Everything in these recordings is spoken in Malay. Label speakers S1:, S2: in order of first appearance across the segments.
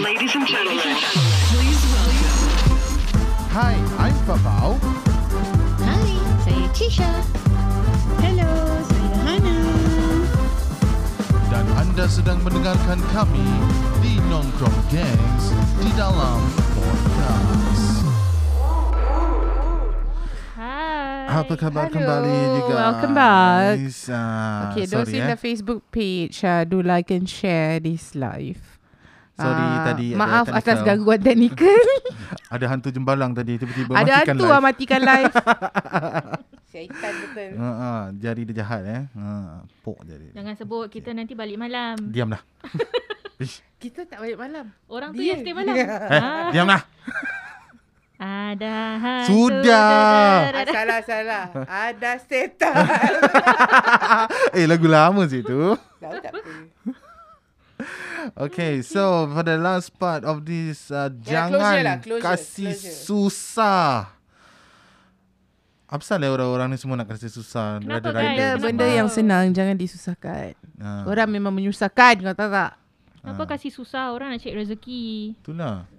S1: Ladies and gentlemen,
S2: Hi, I'm Babau.
S3: Hai, saya Tisha. Hello, saya Hana.
S2: Dan anda sedang mendengarkan kami di Nongkrong Gangs di dalam podcast.
S4: Hai.
S2: Apa khabar kembali juga?
S4: Welcome back.
S2: Ah,
S4: Okay, those
S2: sorry
S4: in
S2: eh.
S4: the Facebook page uh, do like and share this live.
S2: Sorry
S4: Ah,
S2: tadi ada
S4: Maaf
S2: technical.
S4: atas gangguan teknikal.
S2: Ada hantu jembalang tadi tiba-tiba
S4: ada
S2: matikan
S4: hantu
S2: live.
S4: ah matikan live. Syaitan betul.
S2: Ah, ah, jari dia jahat eh. Ah, pok jari. dia.
S5: Jangan sebut kita nanti balik malam.
S2: Diamlah. Ish,
S4: Kita tak balik malam.
S5: Orang tu
S4: Dia. Ah,
S5: yang stay malam.
S2: eh, diamlah.
S5: Ada hantu
S2: Sudah.
S4: Ah,
S5: dada- dada-
S4: salah salah. Ada setan.
S2: eh, lagu lama situ.
S4: Tahu tak apa.
S2: Okay, so for the last part of this, uh,
S4: Ya,
S2: jangan
S4: closure lah, closure,
S2: kasih
S4: closure.
S2: susah. Apa salah orang-orang ni semua nak kasih susah? rather
S5: Kenapa, guys?
S2: rider semua?
S4: Benda ya, benda yang senang jangan disusahkan.
S2: Ah,
S4: Orang memang menyusahkan kau tahu tak? Ah.
S5: Kenapa kasih susah orang nak cek rezeki?
S2: itulah.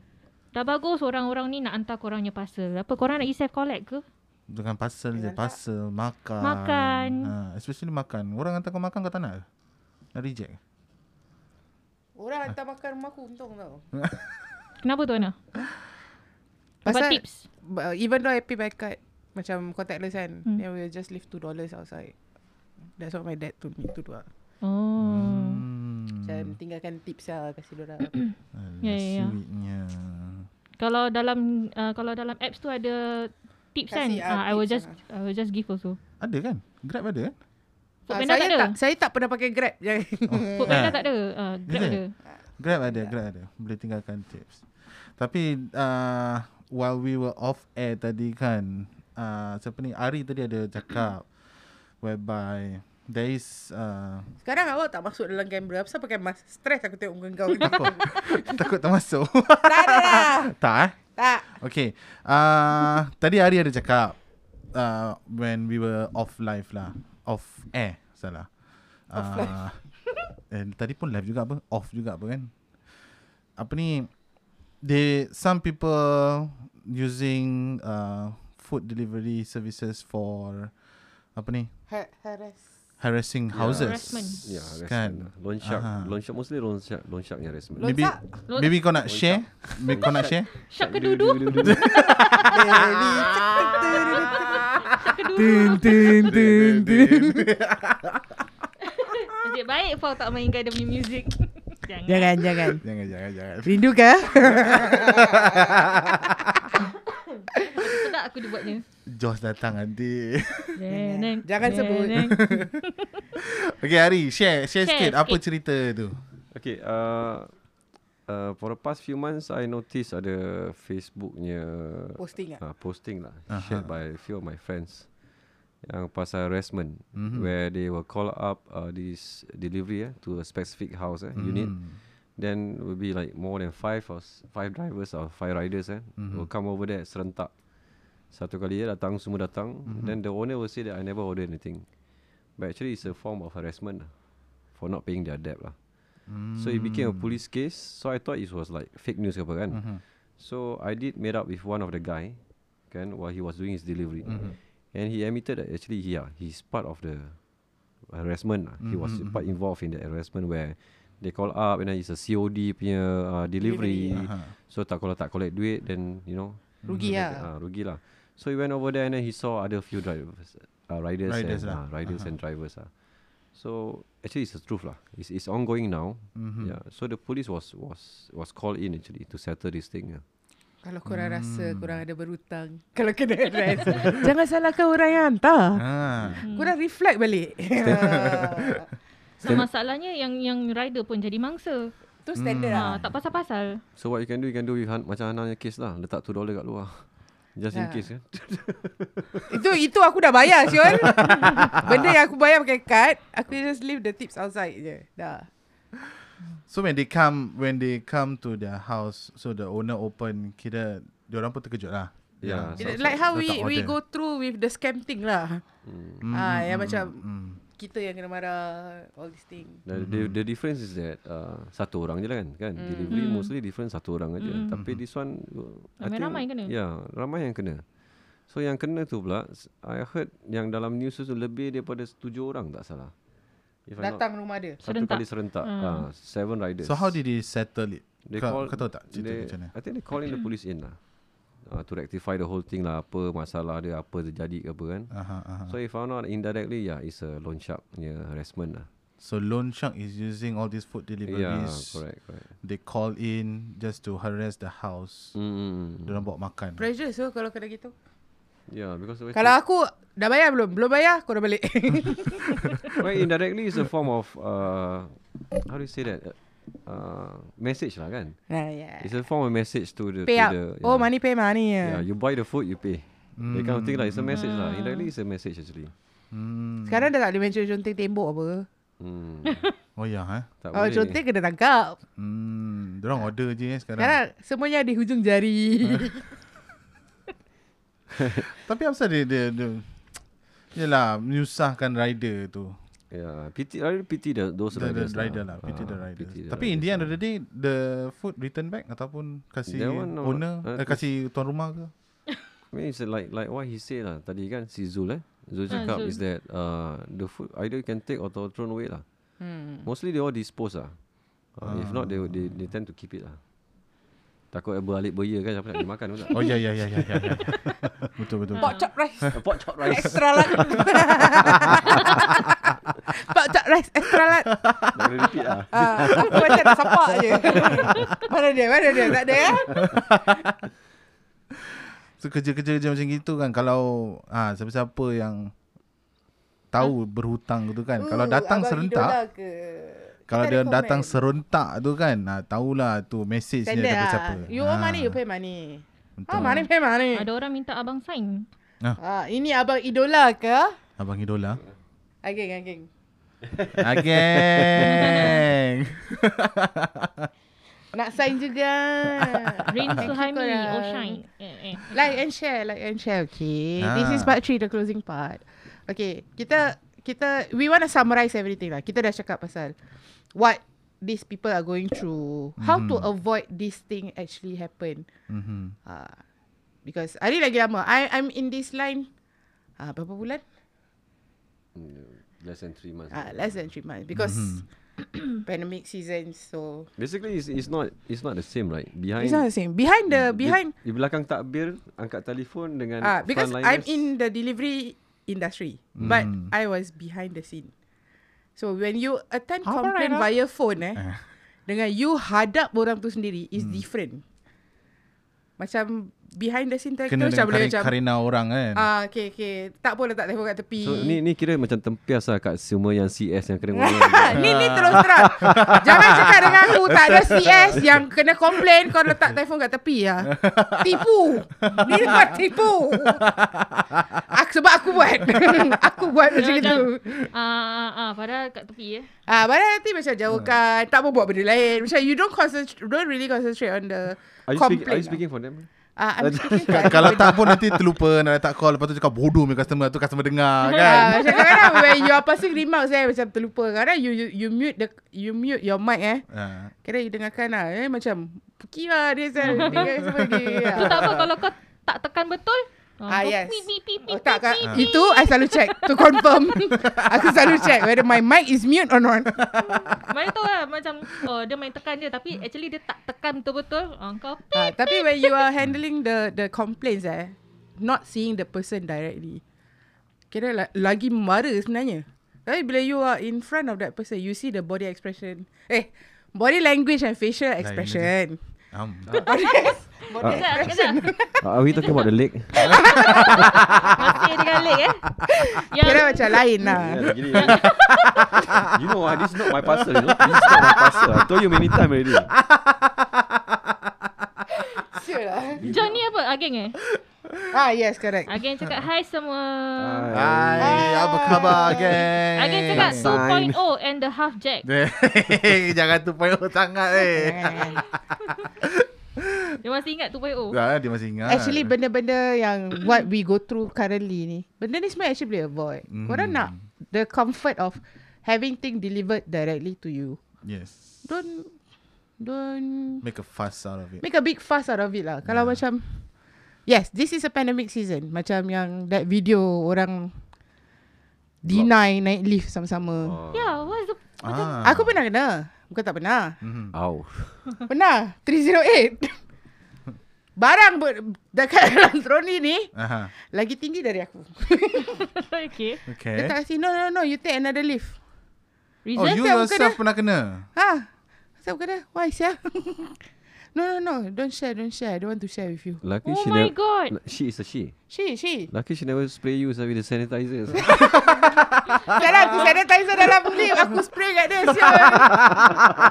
S5: Dah bagus orang-orang ni nak hantar korang punya parcel. Apa korang nak e-self collect ke?
S2: Dengan pasal je, pasal makan.
S5: Makan.
S2: Ah, especially makan. Orang hantar kau makan kau tak nak? ke? Nak reject? ke?
S4: Orang hantar makan rumah aku untung tau.
S5: Kenapa tu Ana? Pasal
S4: Pasal-
S5: tips.
S4: But, uh, even though I pay by card Macam contactless kan
S5: Hmm.
S4: Then we'll just leave $2 outside That's what my dad told me to do lah
S5: Oh.
S2: Hmm.
S4: Macam tinggalkan tips lah Kasih dorang
S2: alah,
S5: Ya, ya, ya.
S2: Sweetnya.
S5: Kalau dalam uh, kalau dalam apps tu ada tips kan?
S4: Kasih,
S5: Ah,
S4: ah,
S5: I will
S4: tips,
S5: just I will just give also.
S2: Ada kan? Grab ada kan?
S5: Food
S4: Ah,
S5: panda
S4: saya
S5: tak ada.
S4: tak Oh. saya tak pernah pakai Grab. Jangan-
S5: Food panda tak ada. Ah, Grab
S2: Is it?
S5: ada.
S2: Grab ada, Grab ada. Boleh tinggalkan tips. Tapi uh, while we were off air tadi kan, uh, siapa ni Ari tadi ada cakap whereby there is uh,
S4: Sekarang awak tak masuk dalam kamera. Pasal pakai mask. Stress aku tengok muka kau.
S2: apa? Takut tak masuk.
S4: tak ada lah.
S2: tak eh?
S4: Tak.
S2: Okay. Uh, tadi Ari ada cakap uh, when we were off live lah. Off air. Salah. Off uh, live. and tadi pun live juga apa? Off juga apa kan? Apa ni? They, some people using uh, food delivery services for apa ni?
S4: Ha- Haras.
S2: Harassing houses.
S5: Harassment.
S6: Ya,
S2: Kan?
S6: kan. Loan shark.
S2: Aha.
S6: Loan shark mostly loan shark. Loan shark yang resmen.
S2: Maybe,
S5: Loncat.
S2: maybe kau nak share? Maybe kau nak share?
S5: Syak kedudu. Syak kedudu.
S2: Din, din, din.
S5: Nasib baik Fau tak mainkan dia punya music. Jangan.
S4: Jangan, jangan.
S2: jangan, jangan, jangan.
S4: Rindu ke?
S5: Betul tak aku dia buatnya?
S2: Josh datang nanti.
S4: Jangan sebut.
S5: Neneng.
S2: Okay Ari share Share, share
S5: Share
S2: sikit, Apa
S5: sikit.
S2: cerita tu
S6: Okay, uh, uh, for the past few months, I noticed ada Facebooknya
S4: Posting ah.
S6: uh, posting lah, uh-huh. shared by a few of my friends yang pasal harassment, mm-hmm. where they will call up uh, this delivery eh, to a specific house eh, mm-hmm. unit. Then will be like more than five or s- five drivers or five riders eh, mm-hmm. will come over there serentak. Satu kali dia datang, semua datang. Mm-hmm. Then the owner will say that I never order anything. But actually it's a form of harassment lah, for not paying their debt lah. Mm. So it became a police case. So I thought it was like fake news ke apa kan. Mm-hmm. So I did meet up with one of the guy kan while he was doing his delivery. Mm-hmm. And he admitted that actually yeah, he's part of the harassment. lah. He was part involved in the harassment where they call up and then it's a COD punya uh, delivery. Uh-huh. So tak kalau tak collect duit then you know
S4: Rugi lah.
S6: Ah, rugi lah. So he went over there and then he saw other few drivers, uh, riders,
S2: Riders
S6: and,
S2: lah.
S6: ah, riders and drivers ah. So actually, it's the truth lah. It's, it's ongoing now.
S2: Mm-hmm.
S6: Yeah. So the police was was was called in actually to settle this thing. Yeah.
S4: Kalau korang rasa korang ada berhutang. Kalau kena arrest. Hmm. jangan salahkan orang yang hantar.
S2: ha.
S4: Korang reflect balik.
S5: So masalahnya yang yang rider pun jadi mangsa.
S4: Tu standard
S5: Ha,
S4: lah.
S5: tak pasal-pasal.
S6: So what you can do, you can do with Han, macam Hana punya case lah. Letak two dollar kat luar. Just in
S4: Yeah.
S6: case kan.
S4: Itu itu aku dah bayar Syul Benda yang aku bayar pakai card Aku just leave the tips outside je Dah
S2: So when they come When they come to their house So the owner open Kira Diorang pun terkejut lah
S6: Yeah.
S4: Like
S2: letak
S4: how we we
S2: order.
S6: Hmm.
S4: go through with the scam thing lah Ah, Yang macam kita yang kena marah all this thing.
S6: The, the,
S2: Mm-hmm.
S6: the difference is that uh, satu orang je lah kan, kan? Mm. Delivery mm. mostly different satu orang aja. Mm. Tapi this one, uh, I think,
S5: Ramai-ramai kena.
S6: Ya, yeah, ramai yang kena. So yang kena tu pula, s- I heard yang dalam news tu lebih daripada tujuh orang tak salah. If I'm
S4: Datang rumah dia.
S6: Satu
S5: Serentak.
S6: kali serentak. Mm. Uh, seven riders.
S2: So how did they settle it?
S6: They
S2: Kau,
S6: call-
S2: kau tahu tak cerita
S6: they,
S2: macam mana?
S6: I think they calling the police in lah. Uh, to rectify the whole thing lah apa masalah dia apa terjadi ke apa kan.
S2: Aha, aha.
S6: So if I'm not indirectly yeah it's a loan shark punya harassment lah.
S2: So loan shark is using all these food
S6: yeah,
S2: deliveries.
S6: Ya, correct correct.
S2: They call in just to harass the house.
S6: Mm, Mm. mm.
S2: Diorang bawa makan.
S4: Pressure so kalau kena gitu.
S6: Yeah because the way
S4: Kalau aku dah bayar belum? Belum bayar, kau dah balik.
S6: well, indirectly is a form of uh, how do you say that? Uh, message lah kan.
S4: nah, yeah.
S6: It's a form of message to the
S4: Pay
S6: to
S4: up.
S6: the
S4: Oh,
S6: yeah.
S4: money pay money.
S6: Yeah,
S4: Yeah.
S6: you buy the food you pay. Mm. That kind of thing lah. It's a message lah.
S4: Hmm.
S6: Indirectly it's a message actually.
S2: Hmm.
S4: Sekarang dah tak boleh main conteng tembok apa.
S6: Hmm.
S2: Oh ya, ha?
S6: Tak
S4: Oh,
S6: boleh.
S4: conteng kena tangkap.
S2: Hmm. Diorang order je eh sekarang.
S4: Ya. Sekarang semuanya di hujung jari.
S2: Tapi apa pasal dia, dia, dia Yelah menyusahkan rider tu
S6: Yeah, pity, I really pity the, those
S2: The, the
S6: riders.
S2: rider lah Pity the
S6: Ah,
S2: rider
S6: pity the
S2: Tapi in the end of the day The food return back Ataupun kasih
S6: That one not-
S2: owner eh,
S6: uh,
S2: Kasih tuan rumah ke
S6: I mean, it's like like what he said lah. Tadi kan si Zul eh. Zul cakap
S5: Zul.
S6: is that uh, the food either you can take or thrown away lah. Hmm. Mostly they all dispose lah. Uh, If not, they, they they tend to keep it lah. Takut berbalik beria kan siapa nak dimakan pun tak.
S2: Oh ya ya ya ya ya ya. Betul betul
S4: Pak chop rice.
S6: Pot chop rice.
S4: Extra large. Pak chop rice extra large.
S6: Nak kena repeat lah.
S4: Ah, aku macam nak sepak je. mana dia? Mana dia? Tak ada eh?
S2: So kerja-kerja macam gitu kan Kalau ah Siapa-siapa yang Tahu berhutang tu kan Kalau
S4: Uh,
S2: datang
S4: abang
S2: serentak
S4: idola ke?
S2: Kalau
S4: Kita
S2: dia
S4: ada
S2: datang
S4: komen.
S2: serentak tu kan ah, Tahulah tu Message dia
S4: Standard
S2: daripada
S4: lah.
S2: siapa Ah,
S4: You owe money, you pay money. Ah, money pay money.
S5: Ada orang minta abang sign.
S4: Ah, ini abang idola ke?
S2: Abang lah. Idola
S4: Ageng, ageng.
S6: Ah,
S2: Ageng
S4: Nak sign juga.
S5: Rain
S4: Thank you
S5: Suhaimi,
S4: korang.
S5: oh shine. Eh, eh.
S4: Like and share, like and share. Okay,
S2: Ah.
S4: this is part three, the closing part. Okay, kita kita we want to summarize everything lah. Kita dah cakap pasal what these people are going through, how to avoid this thing actually happen.
S2: Mhm.
S4: Uh, because hari lagi lama. I I'm in this line. Uh, berapa bulan?
S6: Hmm, Less than three months.
S4: Uh, less than three months because pandemic season. So
S6: Basically, it's, it's not it's not the same right. Behind
S4: it's not the same. Behind the
S6: di-
S4: behind
S6: Di, belakang takbir, angkat telefon dengan
S4: Ah, because I'm
S6: frontliners.
S4: in the delivery industry, but I was behind the scene. So when you attend
S2: Apa
S4: complaint
S2: Raina?
S4: via phone eh, dengan you hadap orang tu sendiri is different. Macam behind the scene
S2: Kena
S4: director macam
S2: dengan
S4: boleh
S2: kari-
S4: macam
S2: karina orang kan
S4: ah okay okay tak boleh letak telefon kat tepi.
S6: So ni ni kira macam tempias lah kat semua yang CS yang kena ngomong.
S4: ni ni terus terang Jangan cakap dengan aku Tak ada CS Yang kena komplain Kau letak telefon kat tepi ya. Tipu Ni buat tipu aku, Sebab aku buat Aku buat macam
S5: Dia
S4: itu
S5: Ah, ah, ah, padahal kat tepi eh.
S4: Ah, Padahal nanti macam jauhkan Tak mau buat benda lain Macam you don't concentrate Don't really concentrate on the
S6: Are you, speaking, are
S4: Complaint
S6: you speaking for them?
S4: Ah, I'm speaking kat
S2: Kalau
S4: everybody.
S2: tak pun nanti terlupa nak letak call Lepas tu cakap bodoh punya customer tu Customer dengar kan
S4: Ah, macam kadang-kadang when you are passing remarks eh macam terlupa kadang you, you you mute the you mute your mic eh
S2: Ah.
S4: Kira you dengarkan lah eh, Macam Pergi lah dia Zal Dengar semua dia
S5: So tak apa kalau kau tak tekan betul. kau
S4: Ah, yes.
S5: Pi, pi, pi, pi,
S4: Oh tak
S5: pi,
S4: kak
S5: pi, pi.
S4: Itu I selalu check To confirm Aku selalu check Whether my mic is mute or not
S5: Mana tahu lah macam oh, dia main tekan je tapi actually dia tak tekan betul-betul. Ah, kau pi.
S4: Ah, Tapi when you are handling the The complaints eh Not seeing the person directly Kira la- lagi mara sebenarnya Tapi bila you are in front of that person You see the body expression Eh Body language and facial expression
S2: Am.
S5: Kejap, kejap.
S6: Uh, are we talking about the leg?
S5: Masih dengan leg eh. Yang
S4: Kira macam lain
S5: Ah.
S4: lah
S6: yeah, gini, gini. you know, ah, this is not my parcel. You know? This is not my parcel. I told you many times already.
S4: Sure lah
S5: John ni apa? Ageng eh?
S4: Ah yes correct
S5: Ageng cakap
S4: Ah.
S5: hi semua.
S2: Hai, apa khabar
S4: Ah.
S2: geng?
S5: Ageng cakap 2.0 and the half jack.
S2: Hei, Jangan tu poyo sangat eh.
S5: Dia masih ingat oh. 2.0.
S2: Ah, dia masih ingat.
S4: Actually benda-benda yang what we go through currently ni Benda ni semua actually boleh avoid mm. Korang nak the comfort of having thing delivered directly to you.
S2: Yes.
S4: Don't don't
S2: Make a fuss out of it.
S4: make a big fuss out of it lah. Kalau macam yes, this is a pandemic season. Macam yang that video orang deny naik lift sama-sama.
S6: Oh.
S5: Yeah, what's Ya, the
S2: ah.
S4: Aku pernah kena. Bukan tak pernah.
S6: Ow.
S4: Pernah 308 Barang ber, Dekat dalam troli ni
S2: Aha.
S4: Lagi tinggi dari aku
S5: okay.
S4: okay. Dia
S2: Okay.
S4: tak kasi No no no You take another lift
S2: Oh,
S5: Reason?
S2: you
S4: Saya bukan
S2: yourself
S4: dah.
S2: pernah kena?
S4: Ha Siapa kena Why sia No no no Don't share Don't share I don't want to share with you
S6: Lucky
S5: Oh
S6: she
S5: my
S6: never.
S5: god.
S6: She is a she.
S4: She she
S6: Lucky she never spray you with the sanitizer.
S4: Salah lah, aku sanitizer dalam lift Aku spray kat dia Sial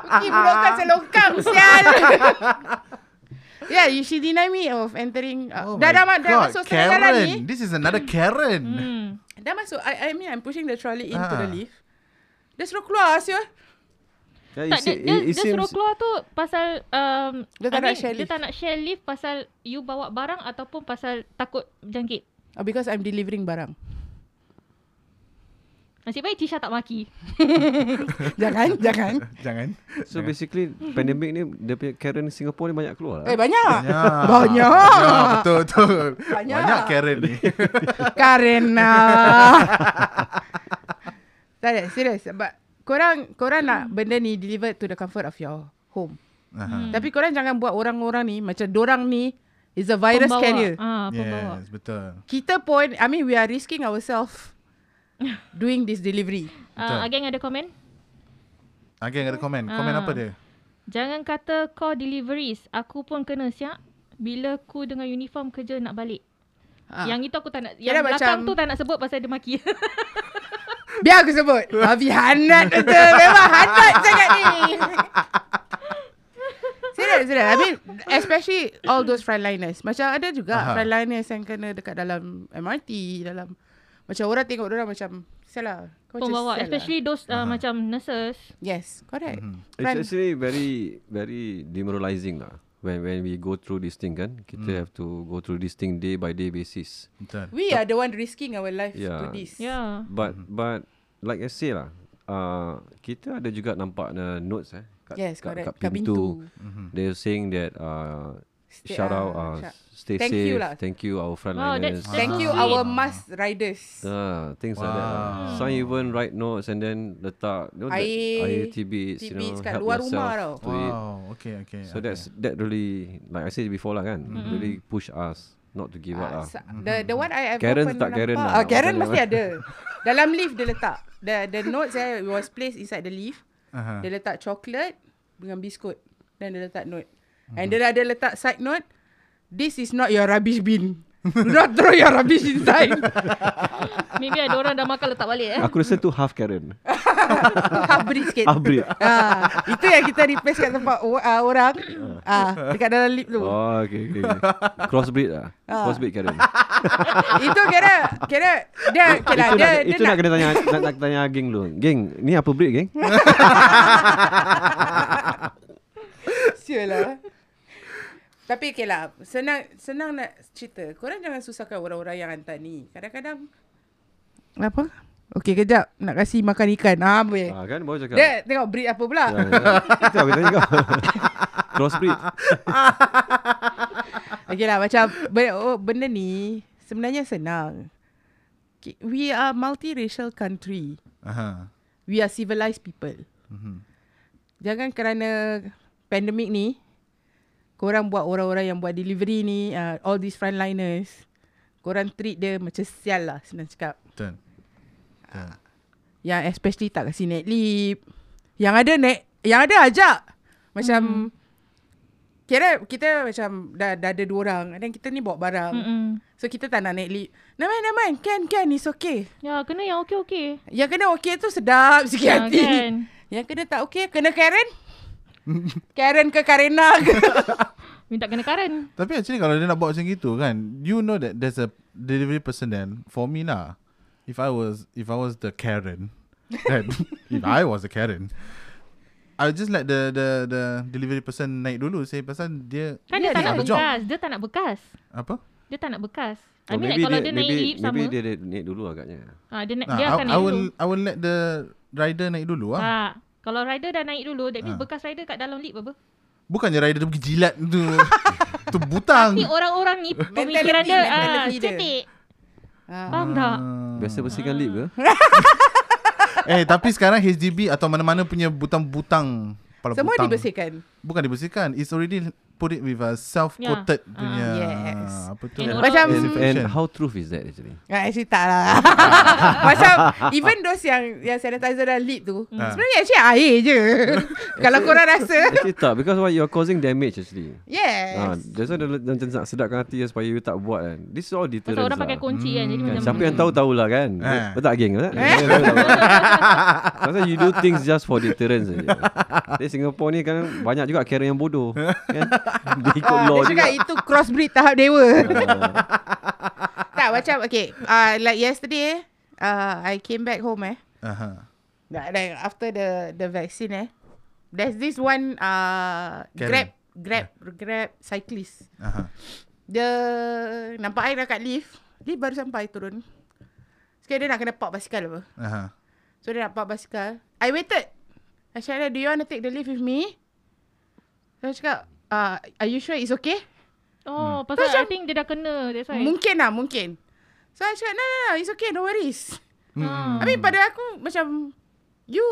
S4: Pergi bulokkan selokang Sial Yeah, you- she deny me of entering. Uh,
S2: Oh
S4: dah
S2: my
S4: dah, ma- dah
S2: God,
S4: masuk setengah jalan ni.
S2: Karen. This is another Karen.
S5: Hmm.
S4: Dah masuk I, I mean I'm pushing the trolley into
S2: Ah.
S4: the lift Dia suruh keluar siul
S6: yeah,
S5: Tak, dia, dia, dia suruh keluar tu pasal um,
S4: Dia tak
S5: I
S4: nak
S5: mean,
S4: share
S5: Dia
S4: lift.
S5: tak nak share lift pasal you bawa barang ataupun pasal takut jangkit.
S4: oh, Because I'm delivering barang
S5: Nasib baik Tisha tak maki.
S4: Jangan Jangan
S2: Jangan.
S6: So basically
S5: Mm-hmm.
S6: pandemic ni dia punya Karen Singapore ni banyak keluar lah.
S4: Eh banyak
S2: Banyak.
S4: Banyak.
S2: Ya, betul, betul.
S4: Banyak. Hmm.
S2: Banyak Karen ni.
S4: Karena Tak ada serious But Korang Korang nak benda ni Delivered to the comfort of your Home
S2: Aha.
S4: Tapi korang jangan buat orang-orang ni Macam dorang ni Is a virus
S5: Pembawa.
S4: carrier
S5: Ah, pembawa.
S2: Yes, betul.
S4: Kita pun I mean we are risking ourselves Doing this delivery
S5: Uh, Ageng ada komen?
S2: Again, ada komen. Komen
S5: Ah.
S2: apa dia?
S5: Jangan kata kau deliveries. Aku pun kena siap. Bila aku dengan uniform kerja nak balik.
S4: Ah.
S5: Yang itu aku tak nak.
S4: Kira
S5: Yang belakang
S4: macam-
S5: tu tak nak sebut pasal dia maki.
S4: Biar aku sebut Babi hanat betul Memang hanat sangat ni Serius, serius. I mean, especially all those frontliners. Macam ada juga
S2: Aha.
S4: frontliners yang kena dekat dalam MRT, dalam... Macam orang tengok orang macam, salah. Kau macam
S5: Pembawa.
S4: sial lah."
S5: Especially those uh, macam nurses.
S4: Yes, correct. Mm-hmm.
S6: Mhm. It's actually very very demoralizing lah. When when we go through this thing kan, kita have to go through this thing day by day basis.
S2: Betul.
S4: We are the one risking our life to
S6: Yeah.
S4: this.
S5: Yeah.
S6: But
S2: Mm-hmm.
S6: but like I say lah, uh, kita ada juga nampak uh, notes eh. Kat,
S4: Yes,
S6: kat,
S4: correct.
S6: Kat pintu.
S2: Mm-hmm.
S6: They're saying that uh,
S4: Stay-
S6: shout out,
S4: ah,
S6: uh,
S4: shout-
S6: stay
S4: Thank
S6: safe.
S4: you lah.
S6: Thank you our
S5: Wow, that's-
S6: frontliners.
S5: So
S4: Thank you
S5: sweet.
S4: our mask riders.
S6: Ah, things like that. lah.
S2: Wow.
S6: Some even write notes and then letak you know, the
S4: Air-
S6: air tidbits, you know,
S4: tidbits kat
S6: help
S4: luar
S6: yourself
S4: rumah tau.
S6: to it.
S2: Wow. Okay, okay. okay.
S6: So that's that really like I said before lah kan,
S2: Mm-hmm.
S6: really push us not to give
S4: Ah,
S6: up lah.
S4: sa- The the one I ever
S6: Karen
S4: pernah
S6: tak Karen
S4: nampak.
S6: lah.
S4: Ah, Karen
S6: Macam
S4: mesti
S6: mana?
S4: ada. Dalam leaf dia letak. The the notes eh was placed inside the leaf.
S2: Aha.
S4: Dia letak coklat dengan biskut dan dia letak note. And dia ada letak side note. This is not your rubbish bin. Do not throw your rubbish inside.
S5: Maybe ada orang dah makan letak balik eh.
S6: Aku rasa tu half Karen.
S4: Half breed sikit.
S6: Half breed.
S4: Ah, itu yang kita replace kat tempat o- ah, orang. Ah, dekat dalam lip tu.
S6: Oh, okay, okay. okay. Crossbreed lah.
S5: Ah.
S6: Crossbreed Karen.
S4: Itu kira kira dia okay lah,
S6: itu
S4: dia,
S6: nak,
S4: dia
S6: itu nak, kena tanya nak, nak tanya geng dulu. Geng, ni apa breed geng?
S4: Sial lah. Tapi okay lah. Senang, senang nak cerita. Korang jangan susahkan orang-orang yang hantar ni. Kadang-kadang... Apa? Okay, kejap. Nak kasih makan ikan. Ah, boleh.
S6: Ah, kan baru cakap.
S4: Dia tengok breed apa pula.
S6: Ya, ya. Itu aku tanya kau. Crossbreed. Oh,
S4: Okay lah, macam benda, oh, benda ni sebenarnya senang. Ki- We are multiracial country.
S2: Aha.
S4: We are civilized people.
S2: Mhm.
S4: Jangan kerana pandemik ni korang buat orang-orang yang buat delivery ni uh, all these frontliners korang treat dia macam sial lah senang cakap.
S2: Betul.
S4: Yang especially tak kasi naik lip. Yang ada naik, yang ada ajak. Macam hmm. kira kita macam dah, dah ada dua orang dan kita ni bawa barang. Hmm.
S5: Mm-mm.
S4: So kita tak nak naik lip. Naman, naman, can, can, it's okay.
S5: Ya, kena yang okey-okey.
S4: Yang kena okay tu sedap sikit
S5: Ya,
S4: hati.
S5: kan?
S4: Yang kena tak okay, kena Karen. Karen ke Karena ke.
S5: Minta kena Karen.
S2: Tapi actually kalau dia nak buat macam gitu kan, you know that there's a delivery person then for me lah. If I was if I was the Karen, then if I was the Karen, I would just let the the the delivery person naik dulu say pasal dia
S5: Kan dia
S4: Ya,
S5: tak nak
S4: dia
S2: ada job.
S5: bekas. Dia tak nak bekas.
S2: apa?
S5: Dia tak nak bekas. I
S6: Or
S5: mean like
S6: Oh, maybe
S5: kalau
S6: dia-
S5: dia, naik
S6: maybe-
S5: lift sama.
S6: Maybe dia naik naik dulu agaknya.
S5: Ah, dia, na-
S2: Ah,
S5: dia
S2: I, I
S5: akan naik
S2: will
S5: dulu.
S2: I will let the rider naik dulu ah.
S5: Ah, kalau rider dah naik dulu, that means bekas rider kat dalam lip apa?
S2: Bukannya rider dia pergi jilat tu. tu butang.
S5: Ni orang-orang ni pemikiran
S4: Mentality,
S5: dia ah,
S4: mentality dia.
S5: cetek.
S4: Ah.
S5: Faham tak?
S6: Biasa bersihkan lip ke?
S2: eh tapi sekarang HDB atau mana-mana punya butang-butang kepala
S4: Semua
S2: butang.
S4: dibersihkan.
S2: Bukan dibersihkan. It's already put it with a self coated
S5: Ya.
S2: punya
S4: Ah, yes.
S2: apa tu?
S5: And
S4: Macam-
S6: And, and
S2: Disinfection.
S6: how truth is that actually?
S4: Ah, actually tak lah Macam Even those yang Yang sanitizer dan lip tu
S2: Ah.
S4: Sebenarnya actually air je Kalau korang rasa
S6: Actually tak because why you're causing damage actually. Ah,
S4: Yes
S6: that's why dia dia macam nak sedapkan hati je supaya you tak buat kan. This is all deterrence.
S5: Pasal orang
S6: lah.
S5: pakai kunci kan. Jadi
S6: Kan,
S5: macam
S6: siapa yang tahu tahulah kan.
S2: Eh.
S6: Betul tak geng? Betul tak? Betul tak? Pasal you do things just for deterrence saja. Jadi Singapore ni kan banyak juga Karen yang bodoh. Kan? Dia ikut
S4: Ah,
S6: law
S4: Dia
S6: juga.
S4: cakap itu crossbreed tahap dewa Tak macam Okay uh, Like yesterday uh, I came back home eh
S2: Aha.
S4: Like like after the the vaccine eh There's this one uh, Grab
S2: Karen.
S4: Grab Grab cyclist
S2: Aha.
S4: Dia Nampak I dekat lift Lift baru sampai turun Sekali dia nak kena park basikal apa
S2: Aha.
S4: So dia nak park basikal. I waited. I said, do you want to take the lift with me? So dia cakap, uh, are you sure it's okay?
S5: Oh, pasal I
S4: Macam-
S5: think dia dah kena. That's why.
S4: Mungkin lah, mungkin. So I cakap, no, no, no, it's okay, no worries.
S5: Ah.
S4: I mean, pada aku macam, you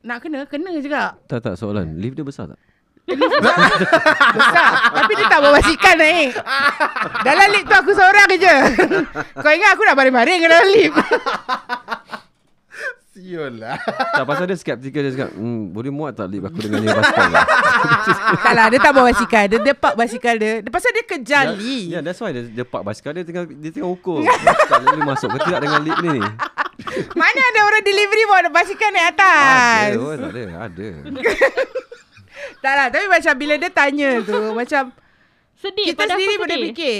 S4: nak kena, kena juga.
S6: Tak tak soalan. Lift dia besar tak?
S4: Besar. Tapi dia tak bawa basikal naik. Dalam lift tu aku seorang je. Kau ingat aku nak baring-baring ke dalam lift?
S2: Siul lah.
S6: Tak pasal dia skeptical dia cakap, hmm, boleh muat tak lift aku dengan ni basikal? lah?"
S4: tak lah, dia tak bawa basikal. Dia, dia park basikal dia. Dia- Pasal dia kejar
S6: Ya, yeah,
S4: lift.
S6: that's why dia, dia park basikal dia tengah dia tengah ukur. basikal dia boleh masuk ke tidak dengan lift ni ni?
S4: Mana ada orang delivery bawa basikal naik atas?
S6: Ada, oh, tak ada, ada.
S4: Tak lah Tapi macam bila dia tanya tu Macam
S5: Sedih.
S4: Kita
S5: pada aku
S4: sendiri pun dia
S5: sedih.
S4: fikir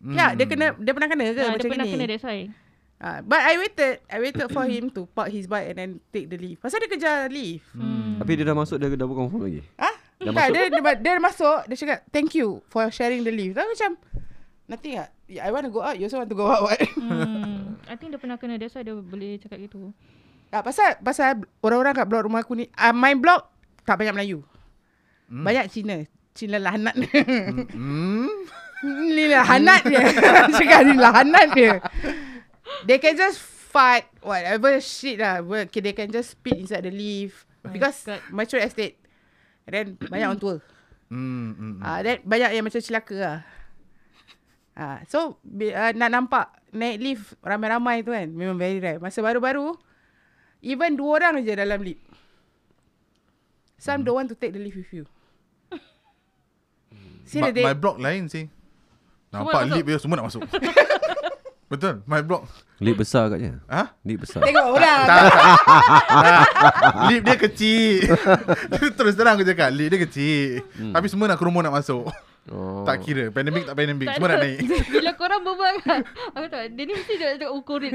S4: hmm. Ya dia kena Dia pernah kena ke
S5: Ah,
S4: macam
S5: dia pernah
S4: ni
S5: kena, that's why.
S4: Ah, But I waited I waited for him to park his bike And then take the lift Pasal dia kejar lift
S6: Tapi dia dah masuk dia dah bukan confirm lagi.
S4: Ah,
S6: Dah
S4: tak,
S6: Hmm. masuk?
S4: dia, dia, dia masuk Dia cakap Thank you For sharing the lift Tapi macam Nothing lah I want to go out You also want to go out what?
S5: Hmm. I think dia pernah kena, that's why dia boleh cakap gitu.
S4: Ah, pasal pasal orang-orang kat blok rumah aku ni, uh, my blok tak banyak Melayu. Hmm. Banyak Cina. Cina lahanat. Hmm. ni lahanat dia. Cakap ni lahanat dia. They can just fart whatever shit lah. Well, okay, they can just spit inside the leaf.
S5: My
S4: Because
S5: God.
S4: mature estate. And then banyak orang tua.
S2: Hmm. hmm.
S4: Ah, uh, then banyak yang macam celaka lah. Ah, uh, so bi- uh, nak nampak naik lift ramai-ramai tu kan memang very rare. Masa baru-baru even dua orang je dalam lift. Some don't want to take the lift with you. See
S2: Hmm. Ma-
S4: the day.
S2: my block lain sih. Nampak
S5: nak
S2: lip dia semua nak masuk. Betul. My block.
S6: Lift besar agaknya.
S2: Ha?
S6: Lift besar.
S4: Tengok orang.
S2: Lip dia kecil. Terus terang aku cakap, lip dia kecil. Tapi semua nak kerumun nak masuk.
S6: Hmm. Oh.
S2: Tak kira, pandemic tak pandemic,
S5: Tak
S2: semua nak
S5: ada.
S2: naik.
S5: Bila korang berbual kan, aku tak, dia ni mesti dia tengok ukur dia.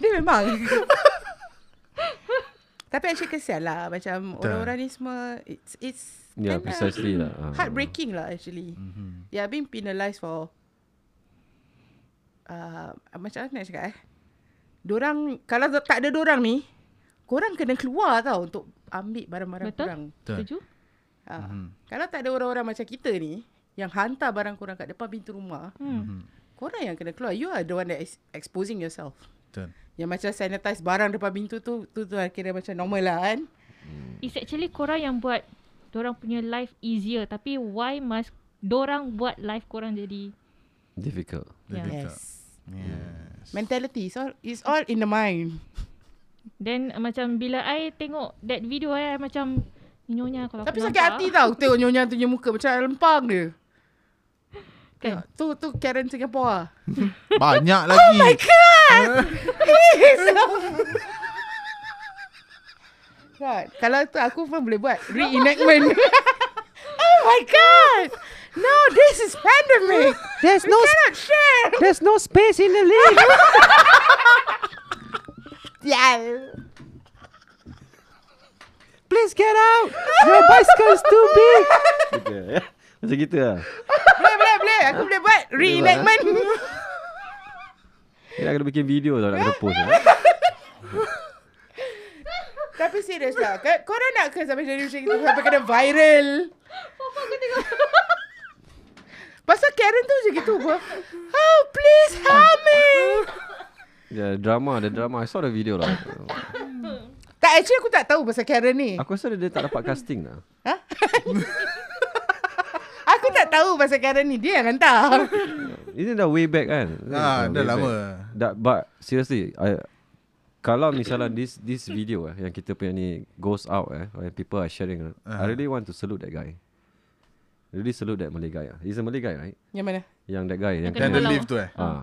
S4: Dia memang. Tapi actually kesian lah macam orang-orang ni semua it's it's
S6: Yeah,
S4: kinda
S6: precisely lah. Ah.
S4: heartbreaking lah actually.
S2: Mhm,
S4: Mm-hmm. Yeah, being penalised for uh, macam mana nak cakap eh? Dorang kalau tak- tak ada dorang ni, korang kena keluar tau untuk ambil barang-barang
S5: Betul.
S4: korang.
S5: Setuju?
S4: Ha.
S2: Mhm.
S4: Mm-hmm. Kalau tak ada orang-orang macam kita ni yang hantar barang korang kat depan pintu rumah,
S2: Mhm.
S5: Hmm.
S4: korang yang kena keluar. You are the one that is exposing yourself.
S2: Betul.
S4: Yang macam sanitize barang depan pintu tu tu tu kira macam normal lah kan.
S5: It's actually korang yang buat dorang punya life easier. Tapi why must dorang buat life korang jadi Ya.
S6: Difficult.
S5: Yeah.
S2: Betul.
S4: Yes.
S2: Yes.
S4: Mentality it's all it's all in the mind.
S5: Then uh, macam bila I tengok that video I, I macam nyonya kalau
S4: Tapi
S5: aku
S4: sakit hati tau tengok nyonya tu punya muka macam lempang dia.
S5: Kan?
S4: Tengok, tu tu Karen Singapore lah.
S2: Banyak lagi. Oh my god.
S4: God. Kan? Kalau tu aku pun boleh buat reenactment. oh my god. No, this is pandemic.
S1: There's no
S4: Cannot share.
S1: there's no space in the lift.
S4: Yeah.
S1: Please get out. Your bicycle is too big.
S6: Macam kita lah.
S4: Boleh, boleh, boleh. buat Aku boleh buat eh? Reenactment
S6: Ni nak kena bikin video tau Nak kena post lah.
S4: Tapi serius lah Kau- Korang nak ke sampai jadi macam itu Sampai kena viral Pasal Karen tu je gitu apa Oh please help me
S6: yeah, Drama Ada drama I saw the video lah
S4: Tak actually aku tak tahu pasal Karen ni
S6: Aku rasa dia, dia tak dapat casting lah
S4: Aku tak tahu pasal Karen ni Dia yang hantar
S6: Ini dah way back kan
S2: Ah, dah
S6: way
S2: lama.
S6: back. Dah, But seriously I, Kalau misalnya this this video eh, Yang kita punya ni Goes out eh When people are sharing
S2: Ah.
S6: I really want to salute that guy Really salute that Malay guy ah. He's a Malay guy right
S4: Yang mana?
S6: Yang that guy Yang
S5: kena
S2: Dan the
S5: Kalau-
S2: leave tu eh
S6: Ah,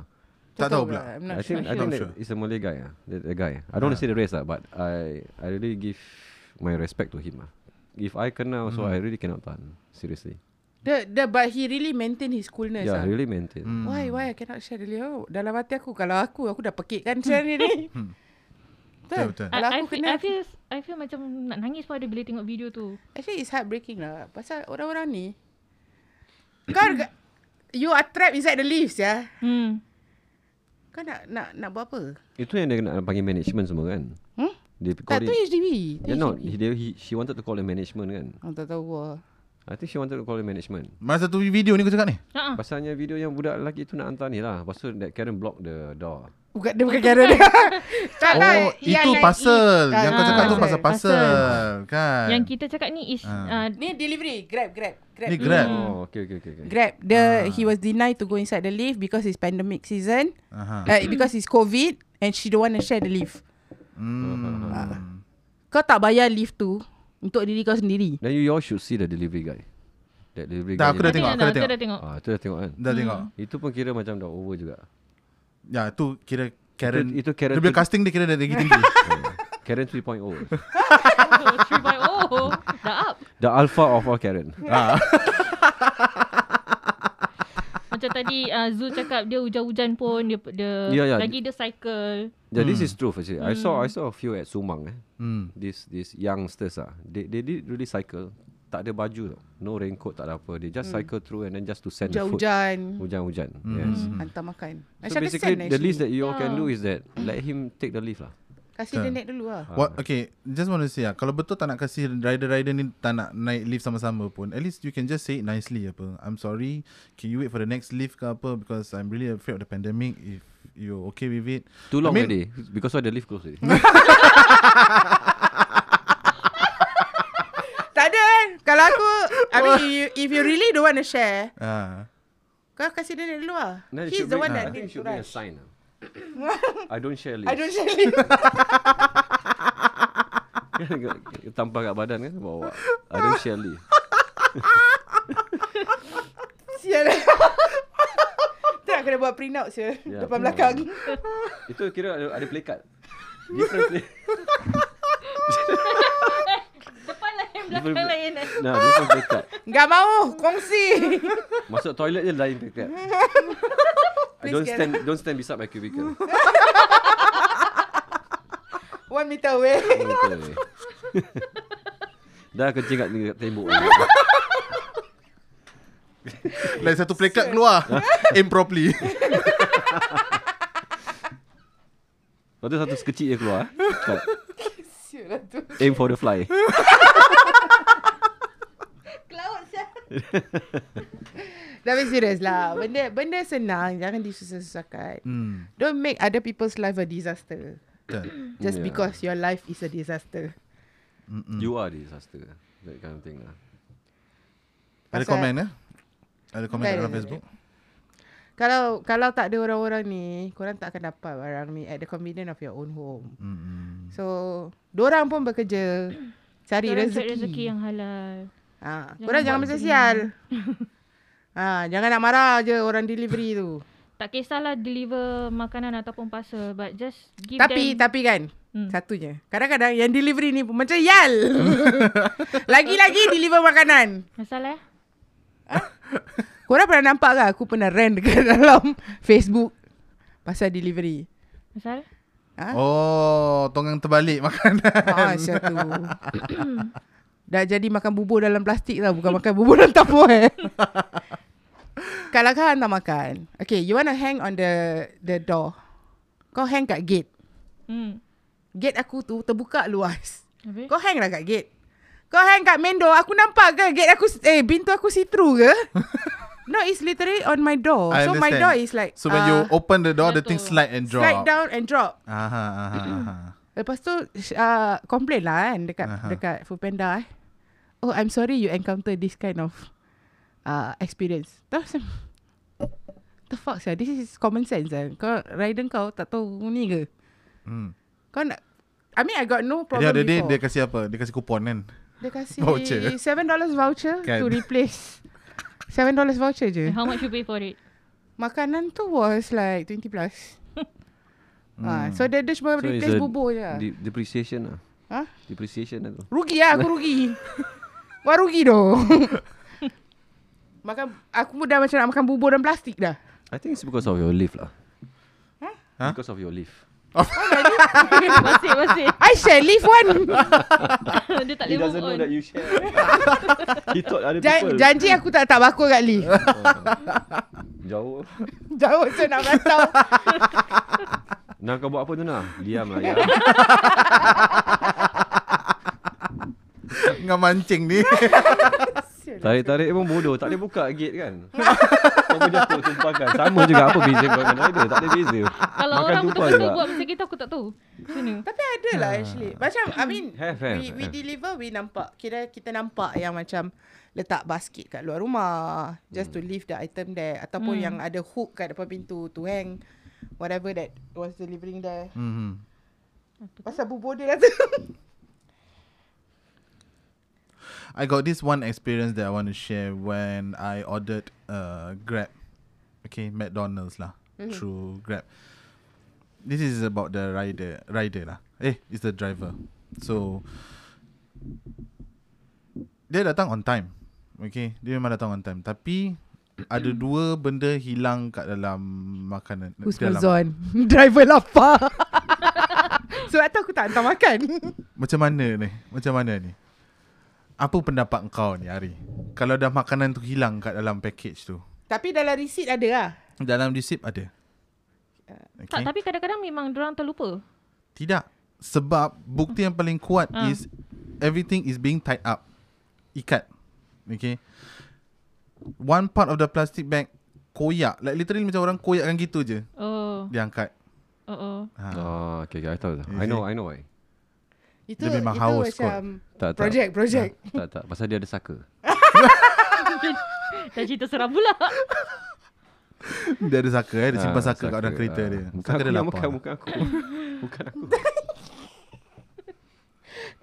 S2: Tak tahu pula
S4: I'm
S6: I
S4: not sure
S6: think I
S2: sure.
S6: think
S2: Not
S6: that
S2: sure.
S6: it's a Malay guy ah, the, the guy. I don't want to say the race ah, but I I really give my respect to him ah. If I kena also
S2: Hmm.
S6: I really cannot tahan seriously.
S4: the, the, But he really maintain his coolness yeah,
S6: yeah, really maintain.
S2: Hmm.
S4: Why why I cannot share really oh, Dalam hati aku Kalau aku Aku dah pekikkan share ni ni Betul
S2: Betul, betul.
S4: Kalau
S5: I, I,
S4: aku
S5: feel, I,
S4: kena
S5: feel, I feel macam nak nangis pun ada bila tengok video tu.
S4: Actually it's heartbreaking lah Pasal orang-orang ni Kau rega- You are trapped inside the leaves ya
S5: Hmm.
S4: Kau nak nak nak buat apa?
S6: Itu yang dia nak panggil management semua kan.
S4: Hmm?
S6: Dia
S4: Tak
S6: call
S4: tu
S6: in.
S4: HDB
S6: Yeah, no, he, dia, he, she wanted to call the management kan.
S4: Oh, tak tahu lah
S6: I think she wanted to call the management.
S2: Masa tu video ni kau cakap ni
S5: Ha-ha.
S4: Ah.
S6: Pasalnya video yang budak lelaki tu nak hantar ni lah. Lepas tu that Karen block the door.
S4: Bukan, dia bukan Karen dia Tak
S2: Oh
S4: lah
S2: itu parcel Yang kau
S4: Ah,
S2: cakap tu
S5: parcel,
S2: pasal parcel Kan
S5: Yang kita cakap ni is
S2: Ah.
S5: uh,
S4: Ni delivery Grab Grab Grab
S2: Ni grab
S6: Oh, okay, okay, okay. okay.
S4: Mm, Grab the he was denied to go inside the lift because it's pandemic season
S2: Aha.
S4: uh, because it's covid and she don't want to share the lift
S2: Hmm.
S4: kau tak bayar lift tu untuk diri kau sendiri
S6: Then you all should see the delivery guy. That delivery
S2: Dah,
S6: guy.
S2: aku dah tengok, aku dah
S5: Aku dah tengok.
S6: Ah, tu dah tengok kan.
S2: Dah tengok
S6: Itu pun kira macam dah over juga.
S2: Ya tu kira Karen
S6: Itu- itu Karen
S2: Dia punya
S6: tu-
S2: casting dia kira dah lagi tinggi
S6: Hmm. Karen oh. 3.0.
S5: Oh, 3.0. Dah up.
S6: The alpha of all Karen.
S5: Macam tadi uh, Zul cakap dia hujan-hujan pun dia, dia
S6: Ya, ya.
S5: lagi dia cycle.
S6: Yeah, this is true actually. I saw I saw a few at Sumang eh.
S2: Hmm.
S6: This this youngsters ah. They they did really cycle. Tak ada baju tau. No raincoat tak ada apa. They just cycle through and then just to send the food.
S4: Hmm. hujan-hujan
S6: Hujan-hujan.
S2: Hmm.
S6: Yes.
S4: hantar makan
S6: So
S4: Macam
S6: basically
S4: kesian
S6: the least that you all
S5: Yeah.
S6: can do is that let him take the leave lah.
S4: Kasih dia naik dulu lah
S2: What, okay, just want to say ah, kalau betul tak nak kasih rider-rider ni tak nak naik lift sama-sama pun, at least you can just say it nicely apa. I'm sorry, can you wait for the next lift ke apa because I'm really afraid of the pandemic if you okay with it.
S6: Too long
S2: I mean,
S6: already because why the leave close already.
S4: Tak ada kan Kalau aku I mean if you, if you really don't want to share
S2: Ah,
S4: Kau kasih dia naik dulu lah
S6: Then it
S4: He's
S6: should
S4: the
S6: be-
S4: one
S6: I
S4: that did
S6: think should be a
S4: rush
S6: sign. ah. I don't share leave.
S4: I don't share lift
S6: Kan, Tampar kat badan kan bawa. I don't share leave.
S4: Sial Tu nak kena buat print out je
S6: Ya,
S4: Depan
S6: print
S4: belakang
S6: Itu kira ada, ada play card. Different play.
S5: Depan lain
S6: Different
S5: belakang lain.
S4: eh.
S5: eh.
S6: Nah, different play card.
S4: Gak mau Kongsi
S6: Masuk toilet je lain play card. I don't
S4: Please,
S6: stand don't stand beside my cubicle.
S4: One meter away
S6: Betul. Dah kencing kat, kat tembok.
S2: like satu play card keluar aim properly.
S6: Lepas tu satu sekecil je keluar. Kat,
S4: Sial lah tu
S6: aim for the fly.
S4: Kelaut sial Tapi serius lah Benda benda senang Jangan disusah-susahkan
S2: hmm.
S4: Don't make other people's life a disaster
S2: Betul.
S4: Just
S6: Yeah.
S4: because your life is a disaster
S6: You are the disaster. That kind of thing lah.
S2: Ada
S4: Pasal-
S2: komen eh? Ada komen
S4: Tak ada,
S2: dalam
S4: tak ada.
S2: Facebook?
S4: Kalau kalau tak ada orang-orang ni Korang tak akan dapat barang ni At the convenience of your own home
S2: Hmm.
S4: So Diorang pun bekerja Cari
S5: Dorang
S4: rezeki
S5: cari rezeki yang halal.
S4: Ha,
S5: Jangan
S4: korang jangan
S5: buat
S4: macam
S5: benda.
S4: sial. ha, jangan nak marah je orang delivery tu.
S5: Tak kisahlah deliver makanan ataupun parcel but just give
S4: tapi
S5: them.
S4: tapi kan
S5: Hmm.
S4: satu je. Kadang-kadang yang delivery ni pun macam yal. Lagi-lagi deliver makanan.
S5: Masalah eh?
S4: Korang pernah nampak ke aku pernah rant dekat dalam Facebook pasal delivery.
S5: Masalah?
S4: Ha?
S2: Oh, tonggang terbalik makan.
S4: Ha, sial tu. Dah jadi makan bubur dalam plastik tau Bukan makan bubur dalam tapur eh Kalau kau hantar makan Okay you want to hang on the The door Kau hang kat gate
S5: Hmm.
S4: Gate aku tu terbuka luas
S5: Habis?
S4: Kau hang lah kat gate Kau hang kat main door Aku nampak ke gate aku Eh pintu aku see through ke No it's literally on my door
S2: I
S4: Oh, So
S2: understand.
S4: my door is like uh,
S2: So when you open the door, the thing
S5: jatuh.
S2: slide and drop.
S4: Slide down and drop
S2: Aha, aha, aha.
S4: Lepas tu uh, Complain lah kan Dekat
S2: Aha.
S4: uh-huh. dekat Foodpanda eh Oh I'm sorry you encounter this kind of uh, Experience Terus macam, The fuck sah This is common sense lah Kau rider kau tak tahu ni ke
S2: Hmm.
S4: Kau nak I mean I got
S2: At
S4: no
S2: the
S4: problem
S2: other day,
S4: before
S2: dia kasih apa? Dia kasih kupon kan?
S4: Dia kasih
S2: Voucher.
S4: $7 voucher
S2: Kan.
S4: To replace $7 voucher je
S5: And how much you pay for it?
S4: Makanan tu was like 20 plus
S2: Hmm.
S4: ah, So dia, dia cuma
S6: So it's
S4: replace
S6: a
S4: bubur je lah.
S6: de- depreciation lah.
S4: Huh?
S6: Depreciation lah tu.
S4: Rugi lah aku rugi Wah rugi doh Makan Aku dah macam nak makan bubur dan plastik dah
S6: I think it's because of your leaf lah.
S2: Huh?
S6: Because of your leaf.
S5: masih, masih.
S4: I shall leave one
S5: Dia tak boleh move on.
S6: you share. He thought other
S4: Jan- Janji aku tak tak bakul kat Lee
S6: Jauh.
S4: Jauh tu nak rantau
S6: Nak kau buat apa tu nak? Diam lah ya.
S2: Nggak mancing ni.
S6: Tarik-tarik pun bodoh. Tak boleh buka gate kan? kau pun jatuh tumpahkan. Sama juga apa beza kau dengan rider. Tak ada beza.
S5: Kalau
S6: Makan
S5: orang
S6: tumpah
S5: betul-betul
S6: juga.
S5: buat macam kita, aku tak tahu. Macam mana?
S4: Tapi ada lah actually Macam I mean
S6: Have, have,
S4: We, we
S6: have.
S4: deliver We nampak Kira kita nampak yang macam Letak basket kat luar rumah Just to
S6: Hmm.
S4: leave the item there Ataupun yang ada hook kat depan pintu To hang Whatever that was delivering there
S2: Mhm.
S4: Pasal bubur dia dah tu
S2: I got this one experience that I want to share when I ordered uh Grab, okay, McDonald's lah through Grab. This is about the rider, rider lah. Eh, it's the driver. So dia datang on time, okay. Dia memang datang on time. Tapi ada dua benda hilang kat dalam makanan. dalam,
S4: Husnuzon Driver lapar Sebab tu aku tak hantar makan
S2: Macam mana ni? Macam mana ni? Apa pendapat kau ni Ari? Kalau dah makanan tu hilang kat dalam package tu.
S4: Tapi dalam receipt ada lah
S2: Dalam receipt ada.
S5: Tak,
S2: Okay.
S5: tapi kadang-kadang memang orang terlupa.
S2: Tidak. Sebab bukti yang paling kuat
S5: Ah.
S2: is everything is being tied up. Ikat. Okay. One part of the plastic bag koyak. Like literally macam orang koyakkan gitu je.
S5: Oh,
S2: Dia angkat.
S5: oh, oh.
S2: Ha.
S6: Oh, okay, okay. I tahu. I know, I know why.
S4: Itu,
S2: Dia memang
S4: itu
S2: haus
S4: macam
S6: Tak, tak.
S4: Project project
S6: Tak, tak. Pasal dia ada saka.
S5: Dah cerita seram pula.
S2: Dia ada saka eh. Dia simpan
S6: Ah,
S2: saka kat dalam kereta
S6: ah.
S2: dia.
S6: Bukan
S2: Saka
S6: aku
S2: dia
S6: yang
S2: lapar.
S6: makan, bukan aku. Bukan aku.
S4: Ha.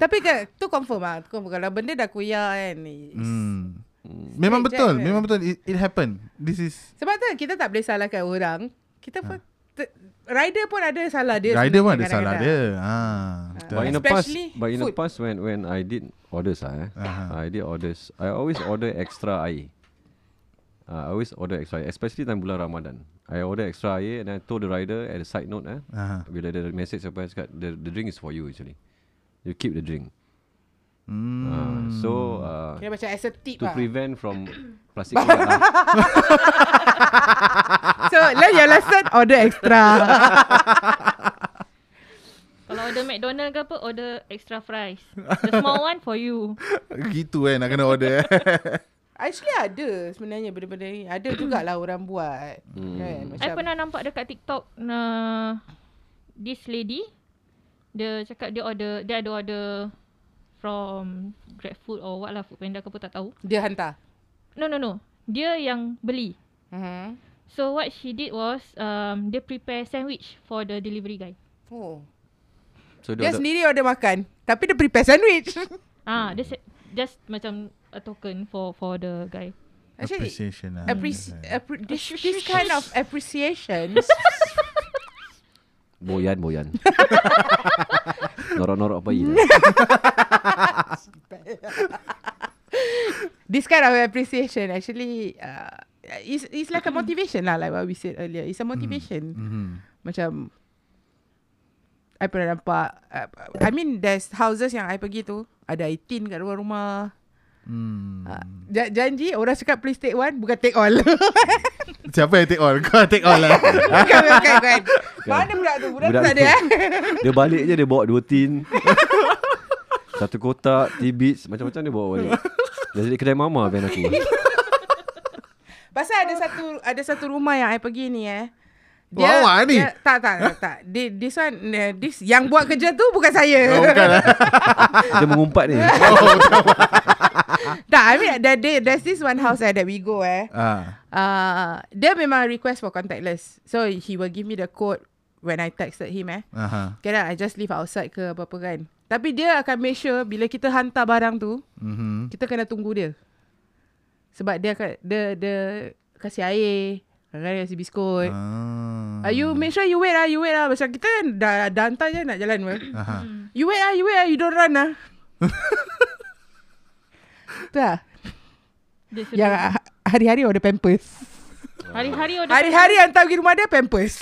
S4: Tapi ke, tu confirm lah tu confirm. Kalau benda dah koyak kan it's-
S2: Hmm. Memang betul,
S4: je.
S2: memang betul. It, it happened. This is
S4: Sebab tu kan, kita tak boleh salahkan orang Kita pun te- Rider pun ada salah dia
S2: Ha. rider pun ada
S4: sebenarnya
S2: salah
S4: kadang-kadang.
S2: dia. Ha. betul.
S6: But in the past,
S4: Especially
S6: but in the
S4: food.
S6: past when when I did orders ah, eh,
S2: Aha.
S6: I did orders. I always order extra air. Uh, I always order extra air, especially time bulan Ramadan. I order extra air and I told the rider at the side note eh,
S2: Aha.
S6: bila ada message apa I cakap the, the drink is for you actually. You keep the drink.
S2: Hmm.
S6: Uh, so uh,
S4: Kira macam as a tip
S6: to
S4: lah
S6: prevent from plastic bag lah.
S4: So learn your lesson Order extra
S5: Kalau order McDonald ke apa, order extra fries. The small one for you.
S2: Gitu eh nak kena order. eh.
S4: Actually ada sebenarnya benda-benda ni Ada jugalah orang buat hmm.
S5: I
S4: kan?
S5: pernah nampak dekat TikTok uh, this lady dia cakap dia order dia ada order from GrabFood or what lah Foodpanda ke apa tak tahu.
S4: Dia hantar
S5: No no no. Dia yang beli.
S4: uh-huh.
S5: So what she did was um, dia prepare sandwich for the delivery guy.
S4: Oh.
S6: So
S4: Dia
S6: dia order,
S4: sendiri order makan Tapi dia prepare sandwich
S5: Ah,
S4: Hmm.
S5: dia se- just macam a token for for the guy.
S4: Actually
S2: Appreciation lah.
S4: appreci- appre- this, this kind of appreciation
S6: boyan boyan. Norok-norok apa ya?
S4: This kind of appreciation Actually uh, it's, it's like a motivation lah Like what we said earlier It's a
S6: Hmm.
S4: motivation
S2: Mhm.
S4: Macam I pernah nampak uh, I mean there's houses yang I pergi tu Ada I tin kat luar rumah
S2: Hmm.
S4: Ah, ja- janji orang cakap please take one bukan take all.
S2: Siapa yang take all? Kau take all lah.
S4: bukan bukan bukan. Mana budak tu? Budak, tu
S6: Budak
S4: tak ada
S6: tu.
S4: eh.
S6: Dia balik je dia bawa dua tin Satu kotak T-bits Macam-macam dia bawa balik Dah jadi kedai mama Van aku
S4: Pasal ada satu ada satu rumah yang I pergi ni eh.
S2: Awak lah ni?
S4: Dia, tak tak tak. tak. Di, this one eh, this yang buat kerja tu bukan saya.
S2: Oh, bukan lah.
S6: Dia mengumpat ni
S4: Oh, tak, I mean there, there, there's this one house eh, that we go eh.
S2: Ah.
S4: Uh, dia memang request for contactless. So he will give me the code when I texted him eh.
S2: Aha.
S4: Okay lah, I just leave outside ke apa-apa kan. Tapi dia akan make sure bila kita hantar barang tu,
S2: Mhm.
S4: kita kena tunggu dia. Sebab dia akan, dia, dia kasih air, kadang-kadang dia kasih biskut.
S2: Ah.
S4: Uh, you make sure you wait lah, you wait lah. Macam kita kan dah, dah hantar je nak jalan. Well.
S2: Aha.
S4: You wait lah, you wait lah, you don't run lah. tu lah.
S5: Dia suruh
S4: Yang ah, hari-hari order pampers.
S5: Hari-hari order
S4: Hari-hari hantar pergi rumah dia pampers.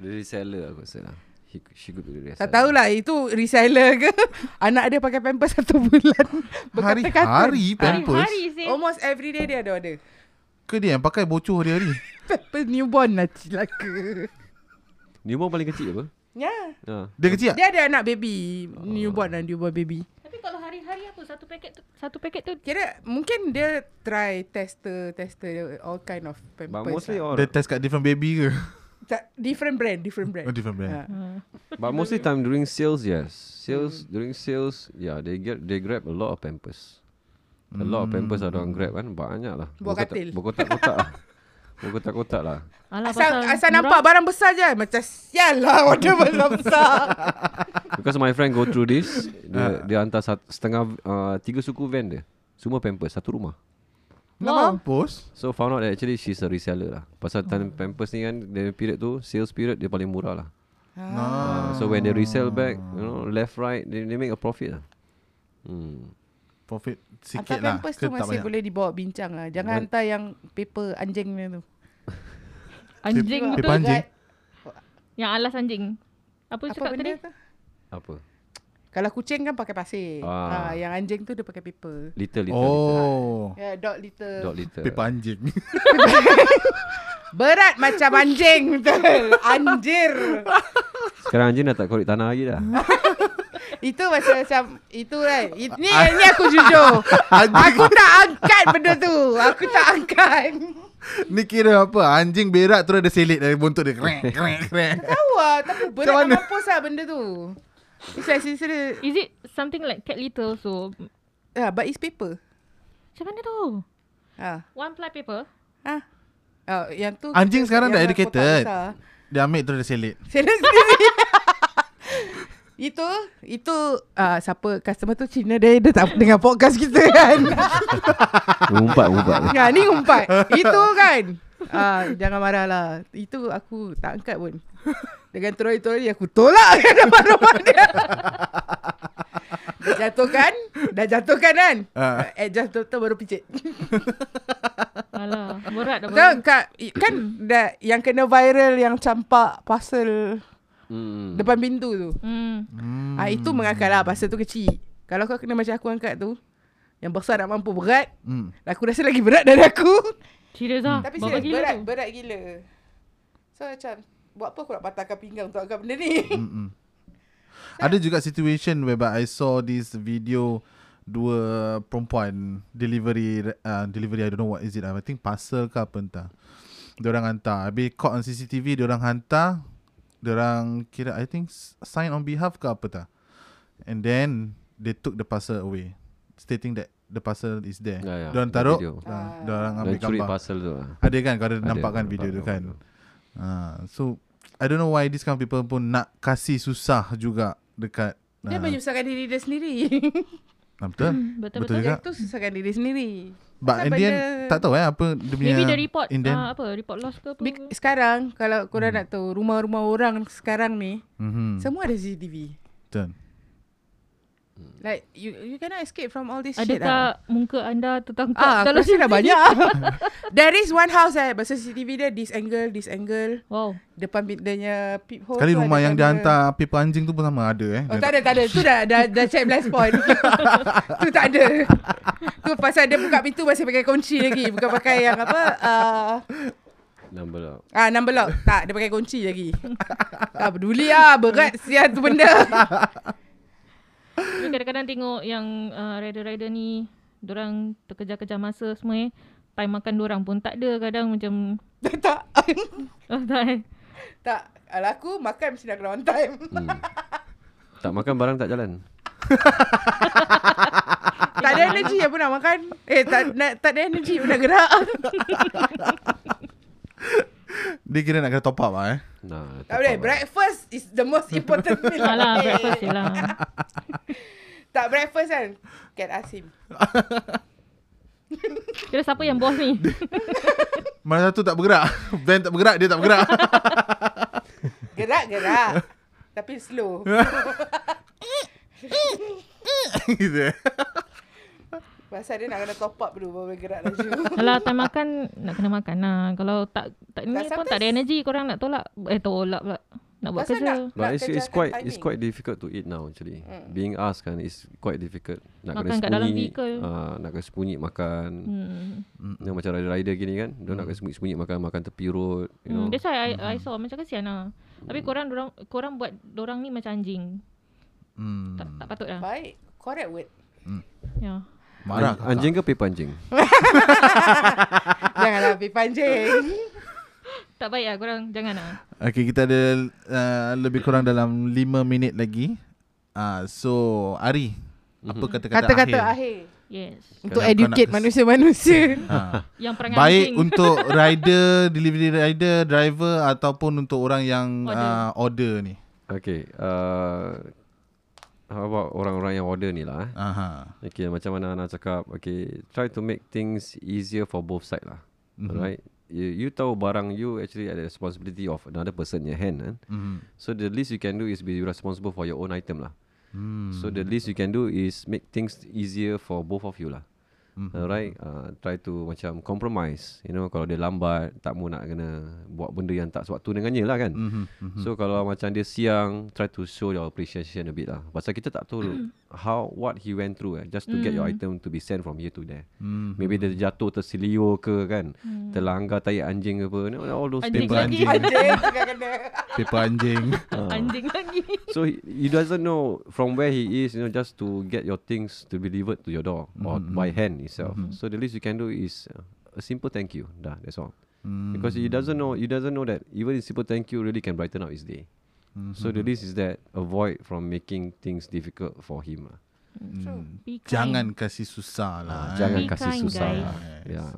S6: Dia reseller aku rasa lah He, She could be the reseller
S4: tak tahulah itu reseller ke. Anak dia pakai pampers satu bulan. Berkata-kata.
S2: Hari-hari pampers.
S5: Hari-hari sih
S4: Almost every day dia ada order.
S2: Ke dia yang pakai bocor hari-hari?
S4: Pampers newborn lah cilaka.
S6: Newborn paling kecil apa?
S4: Ya. Yeah.
S6: Ha.
S2: Dia kecil tak?
S4: Dia ada anak baby. Newborn dan newborn baby.
S5: Tapi kalau hari-hari apa Satu paket tu Satu paket tu
S4: Kira mungkin dia try tester tester all kind of
S6: But
S4: pampers.
S6: mostly
S4: lah.
S6: all
S2: Dia test kat different baby ke?
S4: Tak, different brand, different brand.
S2: Oh, different brand.
S4: Ah.
S6: But mostly time during sales, yes. Sales
S4: Hmm.
S6: during sales, yeah, they get they grab a lot of pampers. A lot of pampers ada orang grab kan, banyak lah.
S4: Hmm. Buah
S6: Berkotak-
S4: katil.
S6: Berkotak-kotak lah. Berkotak-kotak lah.
S5: Alah
S4: Asal,
S5: pasal
S4: asal
S5: murah.
S4: nampak barang besar je Macam sial lah Order barang besar
S6: Because my friend go through this,
S2: Ah.
S6: dia, dia hantar sat, setengah uh, tiga suku van dia. Semua pampers satu rumah.
S2: Nak mampus?
S6: So found out that actually she's a reseller lah. Pasal time pampers ni kan, dari period tu, sales period dia paling murah lah. Ah. so when they resell back, you know, left right, they, they make a profit lah. Hmm.
S2: Profit
S4: Hantar
S2: sikit lah.
S4: pampers
S2: Ke
S4: tu
S2: tak
S4: masih
S2: banyak?
S4: boleh dibawa bincang lah Jangan
S6: What?
S4: hantar yang paper anjing ni tu
S5: Anjing
S2: Dia
S5: tu
S2: panjang.
S5: Yang alas anjing Apa,
S4: Apa
S5: cakap tadi
S4: benda tu?
S6: Apa?
S4: Kalau kucing kan pakai pasir ah.
S6: Ah.
S4: Yang anjing tu dia pakai paper
S6: Little little
S2: Oh.
S4: Ya, dog litter.
S6: Dog litter.
S2: Paper anjing.
S4: Berat macam anjing betul. Anjir.
S6: Sekarang anjing dah tak korek tanah lagi dah.
S4: Itu macam macam itu kan. It- Ni ni aku jujur. aku tak angkat benda tu. Aku tak angkat.
S2: Ni kira apa? Anjing berak terus ada selit dari buntut dia. Krek, krek, krek.
S4: Tahu lah tapi berat
S2: Macam
S4: nak
S2: mana?
S4: mampus lah benda tu. It's like serious.
S5: Is it something like cat litter So
S4: Ah, but it's paper.
S5: Macam mana tu
S4: Ah.
S5: One ply paper
S4: Ah. Oh, yang tu
S2: Anjing
S4: kita-
S2: sekarang dah
S4: yang
S2: educated.
S4: kotak besar.
S2: Dia ambil terus ada selit.
S4: Serius serius. Itu Itu uh, Siapa Customer tu Cina dia Dia tak dengar podcast kita kan
S6: Umpat umpat.
S4: Ya ni umpat Itu kan ah, Jangan marah lah Itu aku tak angkat pun Dengan terori-terori aku tolak kan Rumah dia Dah jatuhkan Dah jatuhkan kan uh.
S2: Ah.
S4: Adjust doktor baru picit
S5: Alah Berat dah
S4: Kan, kan, kan dah, Yang kena viral Yang campak parcel
S6: Hmm.
S4: Depan pintu tu
S5: Hmm
S4: hmm. ah, Itu mengakal lah Parcel tu kecil Kalau kau kena macam aku angkat tu Yang besar nak mampu berat
S2: Hmm.
S4: Aku rasa lagi berat dari aku
S5: Serius lah
S4: Tapi
S5: Bawa
S4: serius
S5: gila
S4: berat,
S5: tu
S4: berat gila. So macam buat apa aku nak patahkan pinggang untuk angkat benda ni?
S2: Mm-mm. Ada juga situation whereby I saw this video dua perempuan delivery uh, delivery I don't know what is it I think parcel ke apa entah. Diorang hantar Habis caught on CCTV Diorang hantar Diorang kira I think s- Sign on behalf ke apa tak And then They took the parcel away Stating that The parcel is there
S6: Ya, ya,
S2: Diorang
S6: ada
S2: taruh
S6: video.
S2: Diorang, diorang ambil
S6: Dan curi
S2: gambar
S6: parcel tu lah.
S2: Ada kan Kau ada,
S6: Ada,
S2: nampak kan
S6: nampak,
S2: video tu
S6: nampak
S2: kan
S6: tu.
S2: Ah, So I don't know why This kind of people pun Nak kasih susah juga Dekat ah,
S4: Dia Hmm. menyusahkan diri dia sendiri.
S2: ah, Betul
S5: Betul-betul
S2: Betul juga
S4: Dia tu susahkan diri sendiri.
S2: But
S4: Pasal
S2: in the end
S4: benda-
S2: Tak tahu eh Apa dia punya
S5: Maybe the report
S2: In the end
S5: ah, Apa report loss ke apa
S4: Bik- sekarang kalau
S2: Hmm.
S4: korang nak tahu Ah. rumah-rumah orang sekarang ni
S2: Mhm,
S4: semua ada CCTV.
S2: Betul
S4: Like you you cannot escape from all this
S5: Ada
S4: shit. lah.
S5: tak muka anda tertangkap
S4: Ah,
S5: kalau
S4: kalau sih
S5: CCTV?
S4: dah banyak. There is one house eh, pasal CCTV dia this angle, this angle,
S5: Wow.
S4: depan bintanya peephole.
S2: Sekali
S4: tu ada
S2: rumah yang dia
S4: kamera.
S2: hantar paper anjing tu pun sama ada eh.
S4: Oh
S2: Dia
S4: tak ada, tak ada. Tu dah, dah, dah check blast point. tu tak ada. Tu pasal dia buka pintu masih pakai kunci lagi. Bukan pakai yang apa. Uh,
S6: Number lah. out.
S4: ah, number lock. Tak, dia pakai kunci lagi. tak peduli lah. Berat sial tu benda.
S5: Tapi kadang-kadang tengok yang uh, rider-rider ni Diorang terkejar-kejar masa semua eh Time makan diorang pun tak ada kadang macam
S4: tak.
S5: Oh tak eh
S4: tak. Alah aku makan mesti nak kena on time.
S6: Tak makan barang tak jalan.
S4: tak ada energy apa nak makan. Eh tak, nak, tak ada energy pun nak gerak.
S2: dia kira nak kena top up lah eh.
S6: Nah,
S4: tak boleh. Breakfast is the most important meal.
S5: Alah breakfast je lah
S4: Tak breakfast kan. Can ask him.
S5: Kira siapa yang bos ni
S2: Mana satu tak bergerak. Van tak bergerak, dia tak bergerak.
S4: Gerak-gerak. Tapi slow.
S2: gitu eh.
S4: Pasal dia nak kena top up dulu baru boleh gerak laju.
S5: Kalau time makan Nak kena makan lah Kalau tak tak ni
S4: Tak,
S5: pun tak ada energy Korang nak tolak Eh tolak pula Nak buat
S4: Pasal
S5: kerja
S4: nak-
S6: But
S4: nak
S6: it's, it's
S4: kejarkan
S6: quite it's
S4: timing. Hmm.
S6: quite difficult to eat now actually. Mm. Being asked kan is quite difficult. Nak
S5: Makan
S6: kena
S5: kat dalam
S6: sembunyi,
S5: vehicle.
S6: ah, nak kena sembunyi makan.
S5: hmm.
S6: Mm. You know, macam rider-rider gini kan, dia nak kena sembunyi-sembunyi makan makan tepi road, you know.
S5: Hmm, that's why I, I saw macam kesian lah. Tapi korang dorang, korang buat dorang ni macam anjing.
S2: Hmm.
S5: Tak, tak patut lah.
S4: Baik. Correct word.
S5: Ya.
S2: Marah.
S6: An- anjing ke pipa anjing?
S4: Janganlah lebih panjang.
S5: Tak baik lah korang jangan lah.
S2: Okay, kita ada uh, lebih kurang dalam 5 minit lagi. Uh, so, Ari, apa kata-kata,
S4: Kata-kata
S2: akhir?
S4: akhir.
S5: Yes.
S2: Kadang kau
S4: Untuk
S2: nak
S4: educate
S2: kes-
S4: manusia-manusia.
S2: Ha.
S5: Yang perangai
S2: Baik
S5: anjing.
S2: untuk rider, delivery rider, driver ataupun untuk orang yang order, uh, order ni.
S6: Okay, uh, how about orang-orang yang order ni lah eh?
S2: Aha.
S6: Okay, macam mana Ana cakap, okay, try to make things easier for both side lah. Mm-hmm. Alright? You, you tahu barang you actually ada responsibility of another person in your hand kan? Mm-hmm. So the least you can do is be responsible for your own item lah. Mm. So the least you can do is make things easier for both of you lah. Mm-hmm. Alright, uh, try to macam compromise. You know, kalau dia lambat, tak mau nak kena buat benda yang tak sewaktu dengannya lah kan. Mm-hmm. So kalau macam dia siang, try to show your appreciation a bit lah. Pasal kita tak tahu how what he went through eh, just to mm. get your item to be sent from here to there. Mm. Maybe dia jatuh terselio ke kan, mm. terlanggar tahi anjing ke apa. You know, all those
S5: Anjing lah.
S6: things.
S2: Paper anjing. lah.
S5: lagi.
S6: Hmm.
S4: Anjing tengah kena.
S2: Paper anjing.
S5: Anjing lagi.
S6: So he, he doesn't know from where he is, you know, just to get your things to be delivered to your door or by hand itself. So the least you can do is uh, a simple thank you. Dah, that's all. Because he doesn't know, he doesn't know that even a simple thank you really can brighten up his day. So the least is that avoid from making things difficult for him. uh. lah.
S5: Be kind.
S2: Jangan kasih susah lah. eh.
S6: Jangan
S5: Be
S6: kasih
S5: kind,
S6: susah.
S5: guys.
S6: lah. Yeah.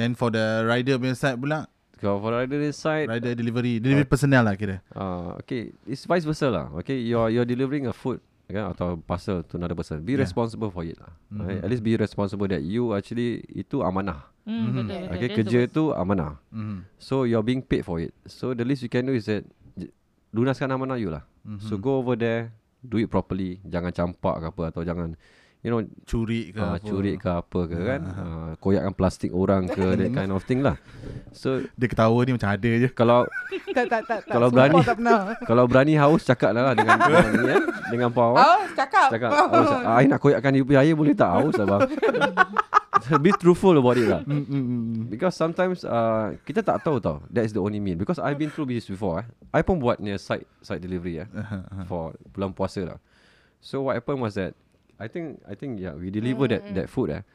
S2: Then for the rider punya side pula,
S6: Kalau for rider this side,
S2: rider delivery, delivery personnel lah kira.
S6: Uh, okay, it's vice versa lah. Okay, you're you're delivering a food kan, atau parcel to another person. Be yeah. responsible for it lah. Mm-hmm. Right? At least be responsible that you actually itu amanah.
S5: Hmm, betul, betul.
S6: Okay,
S5: That's
S6: kerja
S5: the
S6: tu amanah.
S2: Mm.
S6: So you're being paid for it. So the least you can do is that j- lunaskan amanah you lah. Mm-hmm. So go over there, do it properly. Jangan campak ke apa atau jangan you know
S2: Curi ke
S6: uh,
S2: apa.
S6: curi ke apa ke kan, uh, koyakkan plastik orang ke that kind of thing lah. So
S2: Dia ketawa ni macam ada je.
S6: kalau
S4: Tak, tak, tak. tak.
S6: Kalau
S4: Sumpah
S6: berani.
S4: Tak pernah.
S6: kalau berani haus cakap lah dengan dengan, ni, eh, dengan pawang.
S4: Oh, cakap.
S6: Cakap haus ah, I nak koyakkan you punya air Boleh tak haus abang Be truthful about it lah Because sometimes uh, Kita tak tahu tau That's the only mean Because I've been through this before eh. I pun buat ni side side delivery eh, For bulan puasa lah So what happened was that I think I think yeah we deliver that that food eh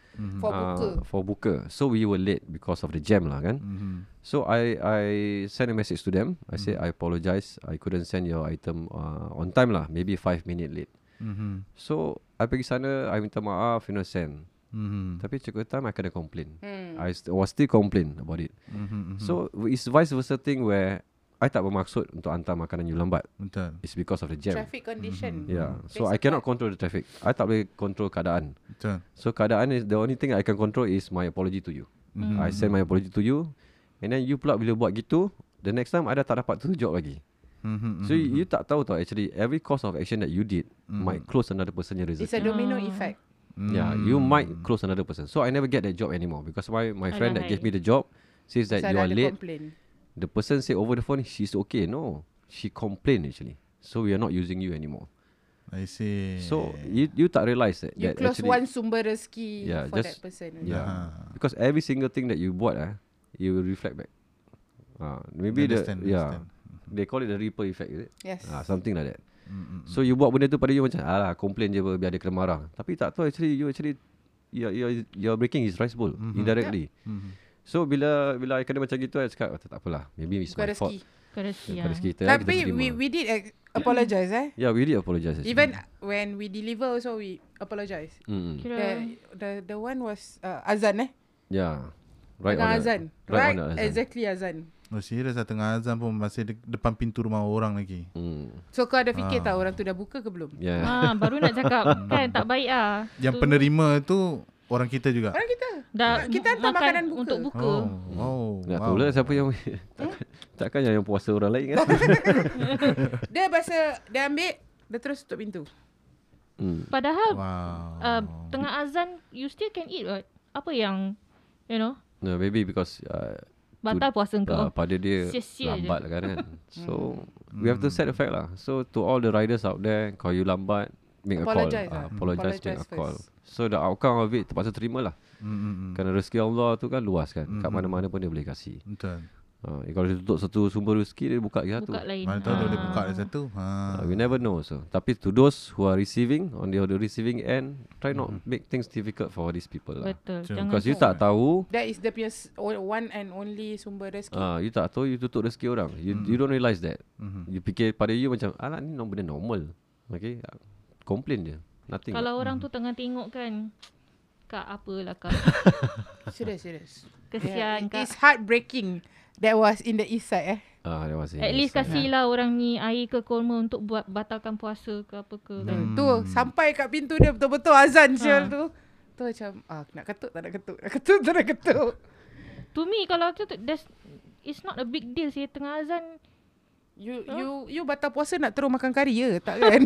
S4: For buka.
S6: uh, for buka. So we were late because of the jam lah kan. Mm-hmm. So I I sent a message to them. I said I apologize. I couldn't send your item uh, on time lah. Maybe five minute late. Mm-hmm. So I pergi sana. I minta maaf. You know send.
S2: Mhm. Hmm.
S6: Mm-hmm. Tapi cikgu time I kena complain.
S4: Hmm.
S6: Mm. I st- was still complain about it.
S2: Mhm.
S6: Mm-hmm, So it's vice versa thing where I tak bermaksud untuk hantar makanan you lambat.
S2: Betul.
S6: It's because of the jam.
S4: Traffic condition.
S6: Yeah. So
S4: Plays
S6: I
S4: a
S6: cannot control the traffic. I tak boleh control keadaan.
S2: Betul.
S6: So keadaan is the only thing I can control is my apology to you. Mm-hmm. I send my apology to you and then you pula bila buat gitu, the next time I dah tak dapat tu job lagi.
S2: Mm-hmm,
S6: So you, you tak tahu tau actually every course of action that you did might close another person's rezeki.
S4: It's a domino effect.
S6: Yeah, you
S2: Hmm.
S6: might close another person. So I never get that job anymore because why
S4: Oh,
S6: my friend that gave me
S5: Alahai.
S6: the job says that
S4: It's
S6: you are
S4: another
S6: late.
S4: complaint.
S6: The person said over the phone she's okay. No, she complained actually. So we are not using you anymore.
S2: I see.
S6: So you you tak realise that,
S4: You
S6: that
S4: close
S6: actually,
S4: one sumber rezeki
S6: Yeah,
S4: for that
S6: just-
S4: person.
S6: Yeah,
S2: Ah.
S6: because every single thing that you bought, ah, you will reflect back. Ah, maybe
S2: Understand,
S6: the yeah,
S2: understand.
S6: they call it the ripple effect, is it?
S4: Yes.
S6: Ah, something like that. Mm-hmm. So you buat benda tu pada you macam, alah, complain je apa, biar dia kena marah. Tapi tak tahu actually you actually you you you're breaking his rice bowl mm-hmm. indirectly. Yeah. Mm-hmm. So bila bila I kena macam gitu, I cakap oh, tak, tak apalah. Maybe it's
S4: Bukan
S6: my fault.
S4: rezeki.
S5: Kerasi
S6: Yeah.
S5: ya.
S6: Rezeki kita. lah, kita
S4: Tapi
S6: terima.
S4: we we did ex- apologize eh.
S6: yeah, we did apologize. actually.
S4: Even when we deliver also we apologize.
S6: Mm-mm.
S5: Kira
S4: The the the one was uh, azan eh.
S6: yeah. Right
S4: Tengah
S6: on the-
S4: azan.
S6: Right,
S4: Right,
S6: on the azan.
S4: exactly azan.
S2: Oh serious lah tengah azan pun masih de- depan pintu rumah orang lagi.
S6: Mm.
S4: So kau ada fikir tak orang tu dah buka ke belum?
S6: Yeah.
S5: Ha, baru nak cakap kan tak baik ah.
S2: Yang
S5: Tu
S2: penerima tu orang kita juga.
S4: Orang kita.
S5: dah
S4: Kita
S5: bu-
S4: hantar
S5: makan
S4: makanan buka.
S5: untuk buka.
S2: Oh, wow.
S6: Nggak
S2: wow.
S6: tahu lah siapa yang
S4: Hmm?
S6: tak, Takkan yang puasa orang lain kan
S4: Dia bahasa dia ambil dia terus tutup pintu.
S6: hmm.
S5: Padahal
S2: Wow.
S5: uh, tengah azan you still can eat right? Apa yang you know,
S6: No maybe because uh,
S5: batal puasa
S6: uh,
S5: kau.
S6: Pada dia
S5: Sia-sia je.
S6: Lambat lah kan kan So We have to set the fact lah So to all the riders out there Kalau you lambat Make
S4: Apologise
S6: a call
S4: lah.
S6: Ah, Apologize
S4: Apologise
S6: Make a
S4: first.
S6: call So the outcome of it Terpaksa terima lah mm-hmm. Kerana rezeki Allah tu kan luas kan mm-hmm. Kat mana-mana pun dia boleh kasih
S2: Betul.
S6: uh, Kalau dia tutup satu sumber rezeki Dia buka lagi satu
S5: Buka lain.
S2: Mana tahu dia
S5: Ah.
S2: boleh buka ada satu. Ha.
S6: Uh, we never know so. Tapi to those who are receiving on the, on the receiving end, try not make things difficult for these people lah.
S5: Betul.
S2: Sure.
S5: Jangan
S6: Because you tak tahu,
S4: That is the punya s- o- one and only sumber rezeki.
S6: ah uh, you tak tahu you tutup rezeki orang. You you don't realise that. You fikir pada you macam alah ni nombor benda normal. Okay? Complain je. Nothing.
S5: kalau orang tu tengah tengok kan. Kak apalah kak.
S4: Serius, serius.
S5: Kesian
S4: it
S5: kak.
S4: is heartbreaking. That was in the east side eh.
S6: Ah, that was it.
S5: At least
S6: Yes,
S5: kasihlah orang ni air ke kurma untuk buat batalkan puasa ke apa ke kan.
S4: Tu
S6: Hmm.
S4: sampai kat pintu dia betul-betul azan
S5: Ah.
S4: sial tu. Tu macam ah nak ketuk tak nak ketuk, nak ketuk tak nak ketuk.
S5: To me kalau tu that's it's not a big deal sih tengah azan.
S4: You you you batal puasa nak terus makan kari ya tak kan?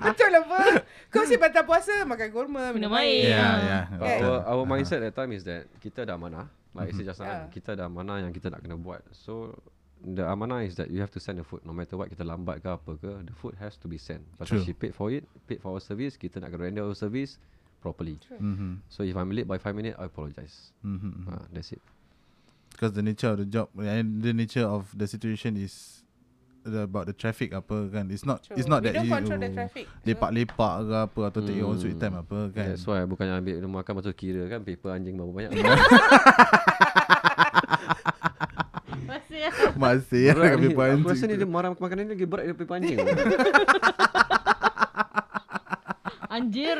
S4: betul lah apa? Kau mesti batal puasa makan kurma minum
S5: Minum air.
S4: air.
S2: Ya,
S5: Ah.
S2: ya.
S6: But
S2: betul.
S6: our, our mindset that time is that kita ada amanah. Like I said just now, kan,
S4: Ah.
S6: kita ada amanah yang kita nak kena buat. So the amanah is that you have to send the food. No matter what kita lambat ke apa ke, the food has to be sent.
S2: True.
S6: Pasal she paid for it, paid for our service, kita nak kena render our service properly.
S2: Mhm.
S6: So if I'm late by 5 minutes, I apologize.
S2: Mhm.
S6: Ah, that's it.
S2: Because the nature of the job and the nature of the situation is the, about the traffic apa kan. It's not
S4: True.
S2: it's not
S4: We
S2: that
S4: don't
S2: you
S4: control the traffic.
S2: lepak-lepak ke apa atau take your own sweet time apa kan.
S6: That's why bukannya ambil dia makan masuk kira kan paper anjing berapa banyak.
S2: Masih ya
S6: Berat
S2: kami
S6: ni. Aku rasa
S2: pancing.
S6: ni dia marah makanan ni lagi berat daripada paper anjing.
S5: Anjir.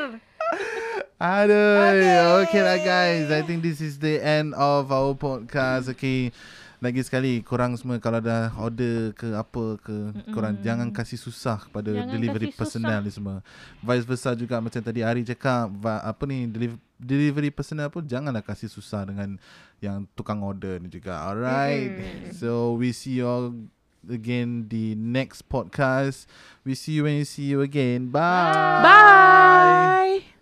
S2: Aduh. Okay lah guys. I think this is the end of our podcast. Okay. Lagi sekali korang semua kalau dah order ke apa ke korang jangan kasih susah kepada
S5: Jangan
S2: delivery
S5: kasih
S2: personnel ni semua. Vice versa juga macam tadi Ari cakap va- apa ni delivery delivery personnel pun janganlah kasih susah dengan yang tukang order ni juga. Alright. So we see you all again the next podcast. We see you when you see you again. Bye.
S4: Bye.